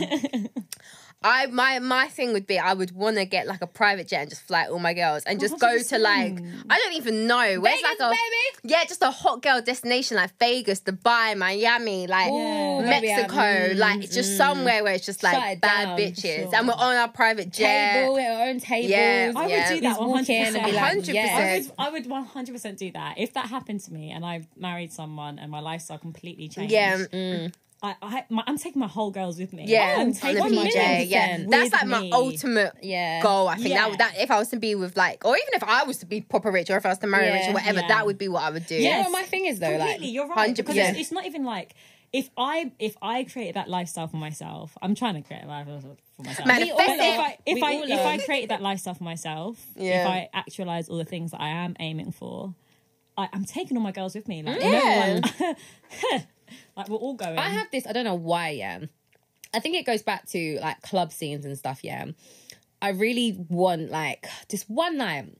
I my my thing would be I would want to get like a private jet and just fly all my girls and just go to like I don't even know where's
Vegas,
like a
baby.
yeah just a hot girl destination like Vegas, Dubai, Miami, like
Ooh, baby, I-
Mexico, like it's just somewhere where it's just
Shut
like
it
bad
down,
bitches
sure.
and we're on our private jet.
Table, our own tables.
Yeah.
I would
Yeah.
do that
Just walk in and be like,
100%. I
yes.
would, I would 100% do that. If that happened to me and I married someone and my lifestyle completely changed,
Yeah,
Mm,
I, I, my, I'm taking my whole girls with me.
yeah,
I'm
on
taking
the
one
PJ.
million
Yeah,
percent
that's
with
like my
me.
ultimate
Yeah.
goal. I think that
Yeah.
would that if I was to be with like, or even if I was to be proper rich, or if I was to marry
Yeah.
rich or whatever,
Yeah.
that would be what I would do.
You know
Yes.
what my thing is though,
completely.
like
you're right. Because
100%.
it's, it's not even like if I if I created that lifestyle for myself, I'm trying to create a lifestyle for myself.
Man,
But
we all
Manifest
are,
it.
if I if
we
I,
all
if I
are.
created that lifestyle for myself,
Yeah.
if I actualize all the things that I am aiming for, I, I'm taking all my girls with me. Like
Yeah.
no one, like we're all going.
I have this. I don't know why. Yeah, I think it goes back to like club scenes and stuff. Yeah, I really want like just one night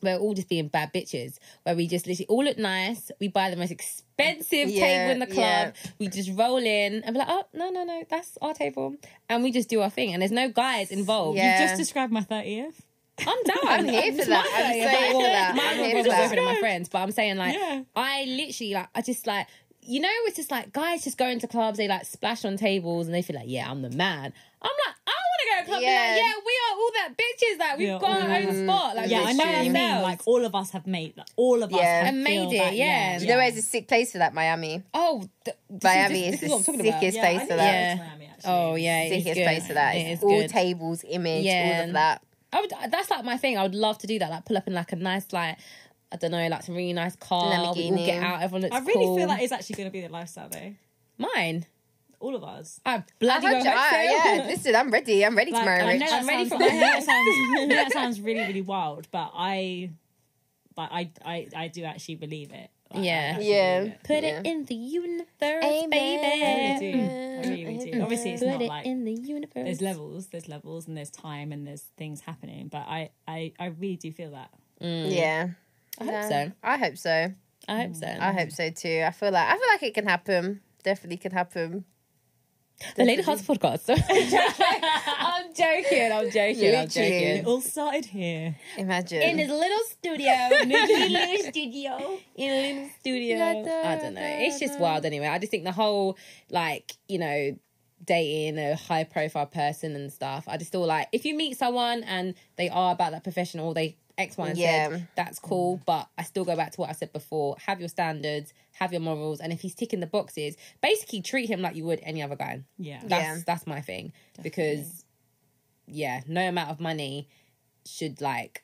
where we're all just being bad bitches, where we just literally all look nice. We buy the most expensive
Yeah,
table in the club. We just roll in and be like, oh no no no, that's our table, and we just do our thing. And there's no guys involved.
Yeah.
just described my thirtieth.
I'm down.
I'm here for that. I'm
Mine,
so
like,
here for
well,
that.
mine
I'm
was
here for
just
that.
different to my friends, but I'm saying like
Yeah.
I literally like I just like you know it's just like guys just go into clubs they like splash on tables and they feel like yeah I'm the man. I'm like I Europe, I'll
Yeah.
be like, yeah, we are all that bitches. Like we've
We are
got
all
our own
that.
spot. Like
yeah,
we
I know
do
what you mean.
ourselves.
Like all of us have made, like all of us
Yeah.
have
And
feel
made it,
that,
yeah.
yeah.
Do
You know, where's a sick place for that, Miami?
oh, th- this
Miami
this,
is
this
the
is what I'm talking about.
sickest place
I
for
think
that.
it is
Yeah.
Miami, actually.
Oh yeah, it is
Sickest
good.
place for that.
It
It's
is
all
good.
tables, image,
Yeah.
all of that.
I would, that's like my thing. I would love to do that. Like pull up in like a nice like I don't know, like some really nice car. We all
Lamborghini.
get out. Everyone looks.
I really
cool.
feel that is actually going to be the lifestyle though.
mine.
All of us.
I
I
bloody well
hope you
hope so.
are. Yeah, listen, I'm ready. I'm ready
Like,
tomorrow,
I
Rich.
know
I'm
that
ready
sounds,
for
I
my
know that sounds, I know that sounds really, really wild, but I, but I, I, I do actually believe it. Like, I
Yeah.
actually
Yeah.
believe it.
Put
Yeah.
it in the universe,
Amen.
I
baby.
really do. I really do. Obviously, it's
Put
not
it
like
in the universe.
there's levels, there's levels, and there's time, and there's things happening. But I, I, I really do feel that.
Yeah.
I hope
Yeah.
so.
I hope so.
I hope so.
I hope so too. I feel like I feel like it can happen. Definitely can happen.
the Lady Hearts podcast. I'm joking. I'm joking. I'm
Literally.
joking.
It all started here.
Imagine.
in his little studio, in his little studio, in his little studio.
La da
I don't know.
da
It's just
da.
wild anyway. I just think the whole, like, you know, dating a high profile person and stuff. I just feel like if you meet someone and they are about that professional, they X, Y, and
Yeah.
Z, that's cool. But I still go back to what I said before have your standards, have your morals. And if he's ticking the boxes, basically treat him like you would any other guy.
Yeah.
That's
Yeah.
that's my thing because yeah, no amount of money should like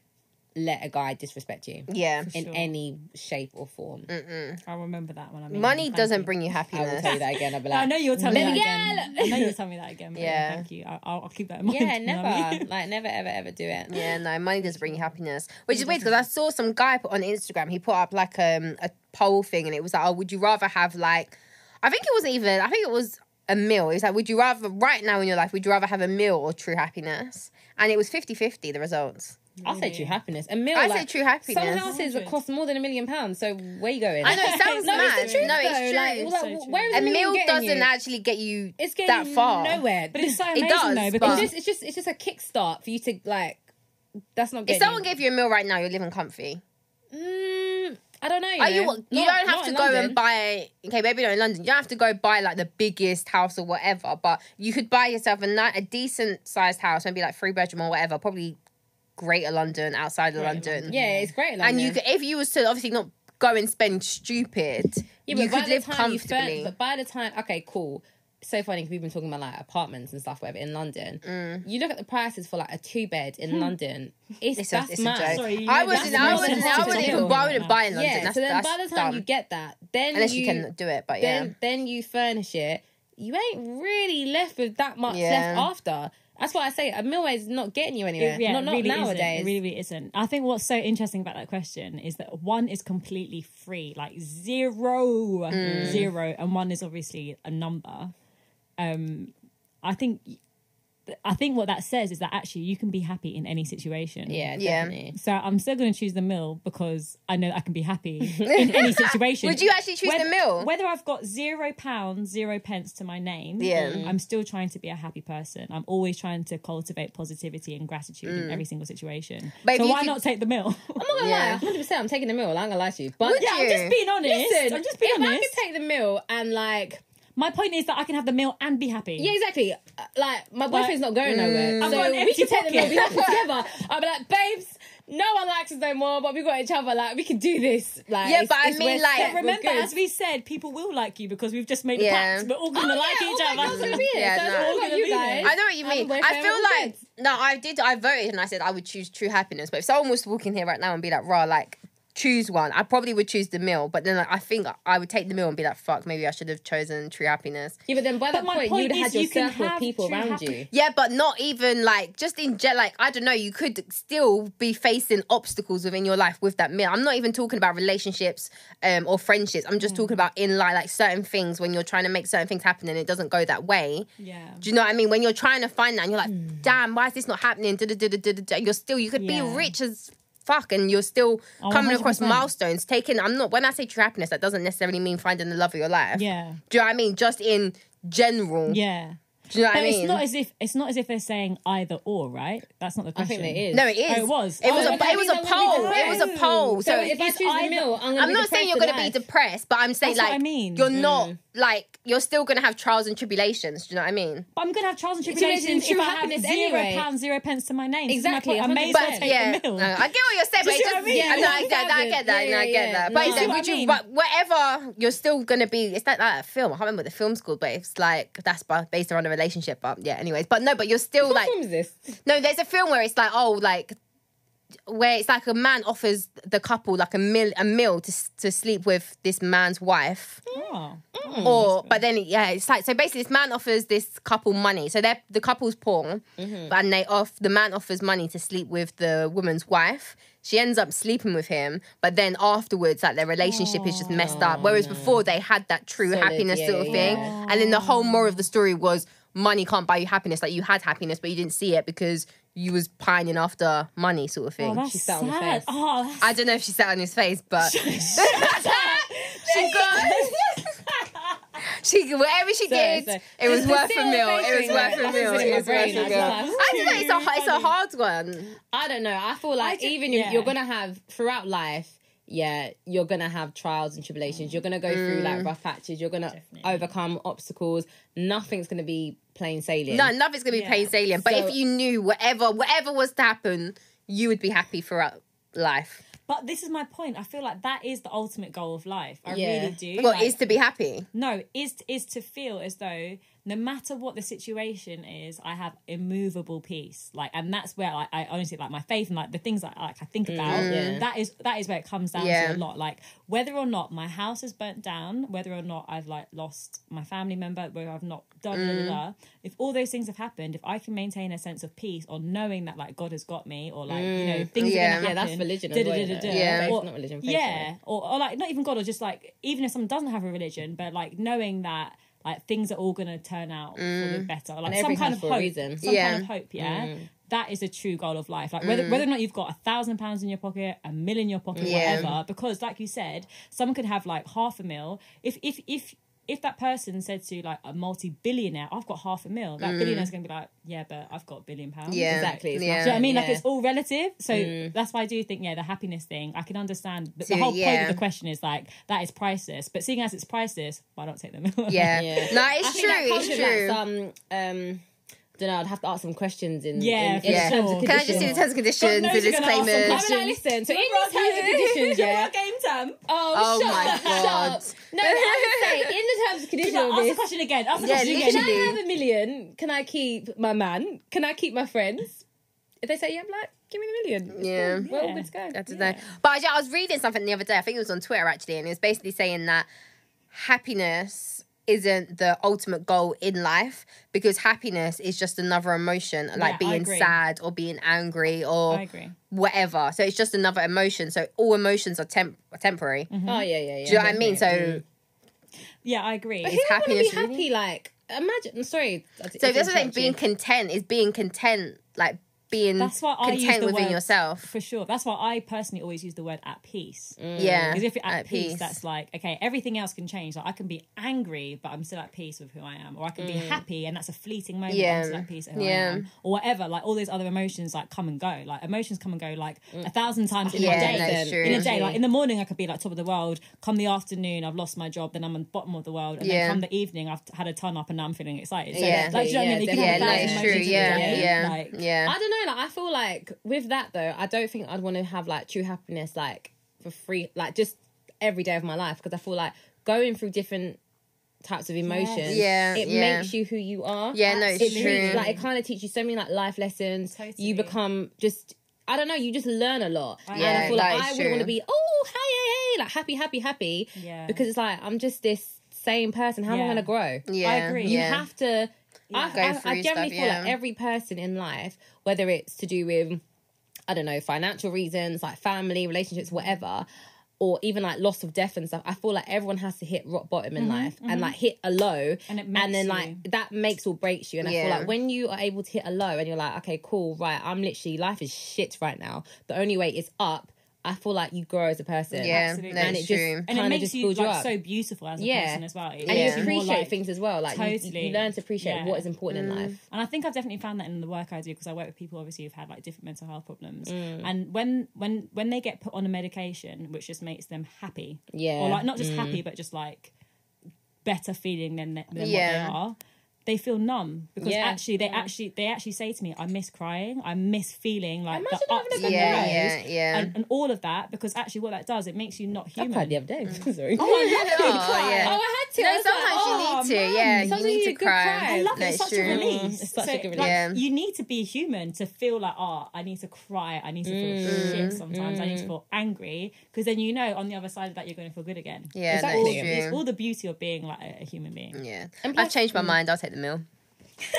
let a guy disrespect you
yeah.
in
Sure.
any shape or form.
I remember that when I. made
Money
it. Mm, Thank
doesn't
you.
bring
I
you
will
happiness.
tell you that again. I'll be
I
like,
know you'll tell me that
Little
again.
girl!
I know you'll tell me that again. But yeah.
Yeah.
Thank you. I- I'll, I'll keep that in mind.
yeah,
you know what I
never,
mean?
like, never, ever, ever do it.
Yeah, no, money doesn't bring you happiness. Which is weird because I saw some guy put on Instagram. He put up like um, a poll thing, and it was like, "Oh, would you rather have like?" I think it wasn't even. I think it was a meal. It was like, "Would you rather right now in your life? Would you rather have a meal or true happiness?" And it was 50-50, The results.
I say true happiness. A meal,
I
like,
said true happiness.
some houses
Hundred.
cost more than a million pounds. So where you going?
I know it sounds
No,
mad.
it's the truth.
no,
though.
it's true.
Like, well, like,
So
where is
a
the
meal
getting
doesn't
you?
actually get you
It's getting
that far.
nowhere.
But it's so
It
amazing
does,
though
it's
because
just, it's just, it's just a kickstart for you to like. That's not.
If
getting
someone
you.
gave you a meal right now, you're living comfy.
Mm, I don't know. You
Are you?
know.
You
Not-
don't
not
have to
in
go
London.
and buy. Okay, maybe not in London. You don't have to go buy like the biggest house or whatever. But you could buy yourself a ni- a decent sized house, maybe like three bedroom or whatever. Probably greater London, outside of
Greater
London.
London.
Yeah, it's great. in London.
And you, could, if you was to obviously not go and spend stupid,
yeah,
you
but by
could
the
live
time you furn-
comfortably.
but by the time, okay, cool. So funny because we've been talking about like apartments and stuff, whatever, in London.
Mm.
You look at the prices for like a two bed
Hmm.
in London. It's,
It's a-
that's
it's a
mad.
joke.
Sorry, you
I
know
wouldn't.
that's the
I
most
wouldn't. I wouldn't
expensive
even. buy- I
deal.
wouldn't buy in London.
yeah.
that's,
So then,
that's
by the time
dumb.
you get that, then
unless you,
you
can do it, but yeah.
then then you furnish it. You ain't really left with that much
Yeah.
left after. That's why I say a meal is not getting you anywhere.
It- yeah,
not
it
not
really isn't.
nowadays.
It really isn't. I think what's so interesting about that question is that one is completely free, like zero,
Mm.
zero, and one is obviously a number. Um, I think, I think what that says is that actually you can be happy in any situation.
yeah,
Yeah.
definitely.
So I'm still going to choose the meal because I know I can be happy in any situation.
Would you actually choose the
whether,
meal?
Whether I've got zero pounds, zero pence to my name, Mm.
Yeah.
Mm.
I'm still trying to be a happy person. I'm always trying to cultivate positivity and gratitude in every single situation.
But if
so
you
why
could-
not take the meal?
Mm. I'm not gonna
Yeah.
lie, 100. percent I'm taking the meal. I'm not gonna lie to you, but
Would
yeah, I'm
you?
just being honest.
Listen,
I'm just being
if I
honest.
could take the meal and like,
my point is that I can have the meal and be happy.
yeah, exactly. uh, Like my boyfriend's not going nowhere,
I've got
so
an
we
empty
can take the meal.
pocket.
We have it together. I'll be like, babes, no one likes us no more, but we got each other. Like we can do this. Like
Yeah,
it's-
but I
it's-
mean,
we're
like-
set, we're
Remember,
good.
as we said, people will like you because we've just made a
Yeah.
pact. We're all going to
Oh,
like
yeah,
each
all my
other.
girls are agreeing.
Yeah,
So it's
no.
all about you guys.
I know what you
Have a
mean.
boyfriend,
I feel
all
like
good.
no, I did. I voted and I said I would choose true happiness. But if someone was to walk in here right now and be like, "Raw, like choose one," I probably would choose the meal. But then like, I think I would take the meal and be like, "Fuck, maybe I should have chosen true happiness."
yeah, but then by that
my
point,
point
you'd have had
is
your
you can
circle of
have
people
true
around
happy-
you.
Yeah, but not even like just in general. Like I don't know, you could still be facing obstacles within your life with that meal. I'm not even talking about relationships um, or friendships. I'm
Mm.
just talking about in life, like certain things when you're trying to make certain things happen and it doesn't go that way.
Yeah.
Do you know what I mean? When you're trying to find that and you're like, damn, why is this not happening? Da, da, da, da, da, da, da. You're still, you could
Hmm. Yeah.
be rich as fuck and you're still
Oh,
coming across
100%.
milestones. Taking, I'm not, when I say true happiness, that doesn't necessarily mean finding the love of your life.
Yeah.
Do you know what I mean? Just in general.
Yeah.
Do you know what
But
I mean?
it's not as if it's not as if they're saying either or, right? That's not the
I
question.
think there is.
no, it is.
Oh, it was.
It was
Oh,
a,
okay.
it was a
Then we'll
poll.
be
It was a
depressed.
poll. So,
if I
it's
choose the
either-
meal, I'm gonna.
I'm
be
not
depressed
saying you're
for
going to be
life.
depressed, but I'm saying
That's what
like
I mean. Mm.
you're not like you're still gonna have trials and tribulations. Do you know what I mean?
But I'm gonna have trials and
Tribulations
tribulations
through
if I have
happiness
zero
anyway.
pounds, zero pence to my name. This is
Exactly,
my point. I may as well
100%.
take the
yeah,
mill.
no, I get what you're saying, but
you
it
see what
does.
I mean?
Yeah, no, I
Yeah,
get that. I get that.
yeah,
no, I get
yeah.
that.
No.
But
You
it's
see
like,
what
would
I
you?
mean?
But whatever, you're still gonna be. It's like that film. I can't remember what the film's called, but it's like that's bu- based around a relationship. But yeah, anyways. But no, but you're still like
What film is this?
no. There's a film where it's like oh like. Where it's like a man offers the couple like a meal, a meal to s- to sleep with this man's wife,
Oh.
Mm,
or but then yeah, it's like so basically this man offers this couple money. So they the couple's poor,
Mm-hmm.
and they off the man offers money to sleep with the woman's wife. She ends up sleeping with him, but then afterwards, like their relationship is just messed up. Whereas before they had that true
Oh, Solid,
happiness
yeah,
sort of
yeah,
thing,
yeah. Oh.
and then the whole moral of the story was money can't buy you happiness. Like you had happiness, but you didn't see it because you was pining after money, sort of
Oh,
thing.
that's
She sat on the
sad.
fence.
Oh, that's
I don't know if she sat on his face, but she got. She whatever she
Sorry,
did,
sorry.
it was
The
worth a
still
meal. It was
facing
worth a
that.
meal.
That's
It was
in my
worth a
brain,
meal.
that's
I don't know. It's a hard, it's a
funny.
hard one.
I don't know. I feel like
ju-
even you
yeah.
you're gonna have throughout life. Yeah, you're gonna have trials and tribulations. You're gonna go through
Mm.
like rough patches. You're gonna overcome obstacles. Nothing's gonna be plain sailing.
No, love is gonna be
Yeah.
plain sailing. But
So-
if you knew whatever whatever was to happen, you would be happy throughout life.
But this is my point. I feel like that is the ultimate goal of life. I
Yeah.
really do.
Well,
Like,
is to be happy.
no, is is to feel as though no matter what the situation is, I have immovable peace. Like, and that's where like, I honestly like my faith and like the things that like I think about.
yeah.
That is that is where it comes down
Mm, Yeah.
to a lot. Like whether or not my house is burnt down, whether or not I've like lost my family member, whether I've not done blah, blah,
Mm.
blah, if all those things have happened, if I can maintain a sense of peace or knowing that like God has got me, or like you know things
Mm, Yeah.
are gonna
yeah, that's
happen,
religion.
da,
As
da,
well,
da,
you know.
da, da,
Yeah.
Faith,
or-
not religion. Faith,
yeah
right?
or, or like not even god or just like even if someone doesn't have a religion but like knowing that like things are all gonna turn out for the better like some
Mm. everything has
kind of
for a
hope
reason. Mm.
some
Yeah.
kind of hope yeah that is the true goal of life like whether, whether or not you've got a thousand pounds in your pocket a mill in your pocket
Yeah.
whatever because like you said someone could have like half a mil if if if if that person said to like a multi-billionaire, I've got half a mil,
Mm.
that billionaire's gonna be like, yeah, but I've got a billion pounds.
Yeah.
Exactly, it's
Yeah.
not-
Do you know what I mean? Like
Yeah.
it's all relative. So
Mm.
that's why I do think, yeah, the happiness thing, I can understand. The, the
So,
whole point
yeah.
of the question is like, that is priceless. But seeing as it's priceless, why not take them?
Yeah.
Yeah.
No,
I
it's
think
true.
that comes
It's
with,
true.
Like, some, um, don't know. I'd have to ask some questions in.
Yeah,
in,
for
in
yeah.
terms of
sure.
Can I just
conditions.
do the terms and conditions, the
knows you're gonna ask
I
some
disclaimers?
mean, like, listen. So in
Remember our
these terms and
game-
conditions, yeah.
remember our game term.
Oh,
Oh
shut
my
up,
God.
Shut up. No, but I would say in the terms and
Like,
conditions of
ask the
this,
question again. Ask the
Yeah,
question
can
again.
I
literally.
have a million? Can I keep my man? Can I keep my friends? If they say yeah, I'm like, give me the million. It's
Yeah.
cool. We're all
Yeah.
good to go.
I don't know. But yeah, I was reading something the other day. I think it was on Twitter actually, and it was basically saying that happiness isn't the ultimate goal in life because happiness is just another emotion, like
I
being
agree.
sad or being angry
I
or
agree.
whatever. So it's just another emotion. So all emotions are temp- are temporary.
Mm-hmm.
Oh yeah, yeah, yeah.
Do you know what I mean? So
Yeah, I agree.
Who would wanna be
happiness,
happy?
really?
Like, imagine. I'm sorry.
so that's what I'm being content is being content, like being
That's why I use
content
the
within
word-
yourself.
For sure. That's why I personally always use the word at peace.
Mm.
Yeah,
Because if you're at, peace, that's like, okay, everything else can change. Like I can be angry, but I'm still at peace with who I am. Or I can be happy and that's a fleeting moment. Yeah.
Mm. Yeah.
I'm still at peace with who
Yeah.
I am. Or whatever. Like all those other emotions like come and go. Like emotions come and go like a thousand times in
Mm. Yeah,
a day.
no, it's true. Mm.
In a day. Like in the morning I could be like top of the world. Come the afternoon, I've lost my job, then I'm on the bottom of the world. And
Yeah.
then come the evening I've had a ton up and now I'm feeling excited. So
Yeah.
like, do you know what I mean? You can
Yeah,
have
yeah,
a
no,
thousand
it's true.
emotions in a
Yeah,
day.
yeah,
Like,
yeah.
I don't know. Like, I feel like with that though, I don't think I'd want to have like true happiness like for free, like just every day of my life because I feel like going through different types of emotions,
Yeah,
it
yeah.
makes you who you are.
yeah, no, it's
it
Absolutely.
true.
really like it kind of teaches you so many like life lessons.
Totally.
You become just I don't know. You just learn a lot. and
Yeah,
I feel
that
like I
is
wouldn't want
true.
to be oh hey hey hey like happy happy happy
Yeah.
because it's like I'm just this same person. How am I
Yeah.
going to grow?
yeah,
I agree.
you
yeah.
have to. I,
Go
I,
through
I generally
stuff,
feel
yeah.
like every person in life, whether it's to do with, I don't know, financial reasons, like family, relationships, whatever, or even like loss of death and stuff, I feel like everyone has to hit rock bottom in life and like hit a low.
Mm-hmm, And it
and
makes
then
you.
like that makes or breaks you. And I
Yeah.
feel like when you are able to hit a low and you're like, okay, cool, right, I'm literally, life is shit right now. The only way is up. I feel like you grow as a person.
yeah,
Absolutely.
no,
And
it's
it just-
true.
and it
kinda
makes
just
you
builds you
like
up.
so beautiful as a
Yeah.
person as well. It
And
makes
you
Yeah.
more
appreciate
like-
things as well. Like you- you,
Totally.
learn to appreciate
Yeah. Mm.
what is important in life.
And I think I've definitely found that in the work I do because I work with people obviously who've had like different mental health problems. And when when when they get put on a medication which just makes them happy,
Yeah.
or like not just happy but just like better feeling than than
Yeah.
what they are. They feel numb because
Yeah.
actually they actually they actually say to me, "I miss crying. I miss feeling like
Imagine
the
having
ups
a
and
good
Yeah,
lows
yeah, yeah.
And, and all of that." Because actually, what that does, it makes you not
I
human.
cried the other day. Sorry.
Oh, I love
Oh,
you cry.
yeah.
Oh, I had to. I
No,
was like,
sometimes
"Oh,
you need to.
man."
Yeah,
Sometimes
you need to
good
cry.
I love
No,
it.
it's
It's such
true.
a release.
Mm, it's such a good
like,
release.
Yeah.
You need to be human to feel like, oh, I need to cry. I need to feel
Mm.
shit sometimes. I need to feel angry because then you know on the other side of that you're going to feel good again.
Yeah,
it's,
no,
all,
it's
true.
it's all the beauty of being like a, a human being.
Mm.
Yeah.
And
I've
plus-
changed my mind. I'll take the meal.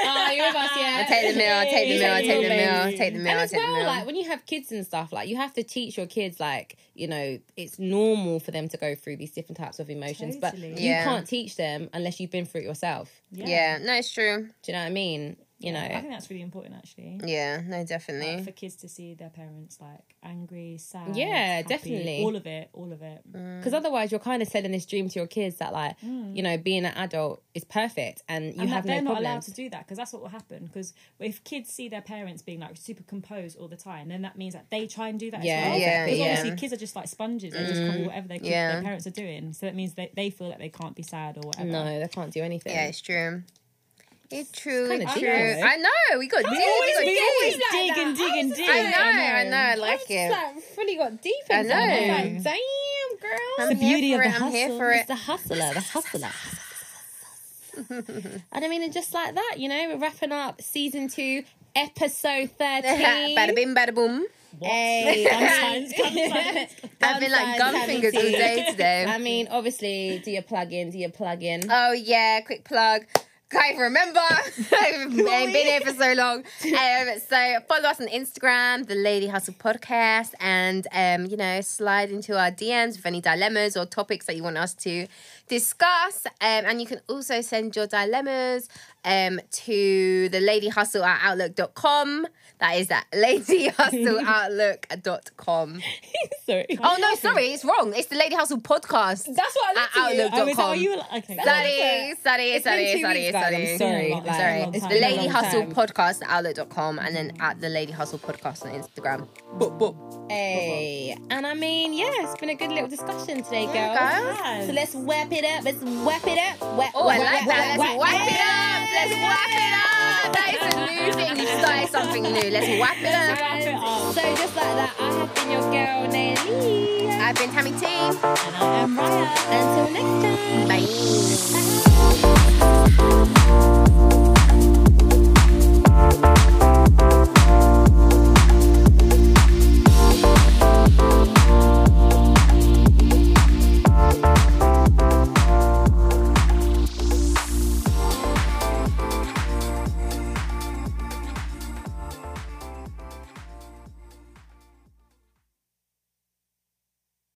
Oh, you're with us, yeah.
I'll take the meal. I'll take the meal. I'll take the meal. I'll take the meal.
and
I'll
as
take the
well, like
meal.
when you have kids and stuff, like you have to teach your kids, like you know, it's normal for them to go through these different types of emotions,
Totally.
but you
Yeah.
can't teach them unless you've been through it yourself.
Yeah, no, it's true.
Do you know what I mean? You know,
I think that's really important actually.
Yeah, no,
Like,
definitely.
for kids to see their parents like angry, sad,
Yeah,
happy,
definitely. Mm.
all of it, all of it.
because otherwise you're kind of selling this dream to your kids that like you know being an adult is perfect Mm. and you
and
have
that they're
no
not allowed
problems.
to do that because that's what will happen. Because if kids see their parents being like super composed all the time, then that means that they try and do that
Yeah,
as well.
yeah,
because
yeah.
obviously kids are just like sponges; they just copy whatever their, kids,
Mm, yeah.
their parents are doing. So that means they, they feel that they can't be sad or whatever.
No, they can't do anything.
Yeah, it's true. It's true.
kinda
true.
deep, though.
I know. We got deep.
always
We
be
got
always
deep.
dig and dig and dig.
I know. I know. I
I
like
just
it.
like fully got deep.
I
Into it. I
know.
was like, damn, girl.
I'm
the
here
beauty
for
of
it.
the
I'm here
hustle.
for it.
It's the hustler, the hustler. and I mean, and just like that, you know, we're wrapping up season two, episode 13.
Bada bing, bada boom.
What?
Hey.
Sometimes, sometimes.
I've been like
Gun
gum
signs,
fingers all
cavity.
day
I
today.
mean, obviously, do your plug in, do your plug in.
Oh yeah, quick plug. Guys, remember, I've been here for so long. Um, so follow us on Instagram, the Lady Hustle Podcast, and um, you know, slide into our DMs with any dilemmas or topics that you want us to discuss. Um, and you can also send your dilemmas um, to the Lady Hustle at Outlook.com. That is at Lady Hustle Outlook.com.
Sorry.
Oh no, sorry, it's wrong. It's the Lady Hustle Podcast.
That's what I
At
looked at you.
Outlook.
Oh, is that
com.
what you were like? Okay.
Sorry, sorry,
It's been
sorry,
two
sorry,
weeks, guys,
sorry.
I'm sorry.
Yeah, I'm
like,
Sorry.
long
It's
time,
the Lady
long
Hustle
time.
Podcast at outlook.com and then at the Lady Hustle Podcast on Instagram. Boop, boop.
Hey. And I mean, yeah, it's been a good little discussion today, girls.
Yeah,
Yes.
guys.
So let's wrap it up. Let's wrap it up. Wha-
Oh, I
wha-
like
wha-
that. Let's
wha-
whap it up. Let's whap it up. That is a new thing. You started something new. Let's whap it up.
Wrap it up.
So just like that, I have been your girl, Naomi.
I've been Tammy T.
And I am Raya.
Until next time.
Bye.
Bye.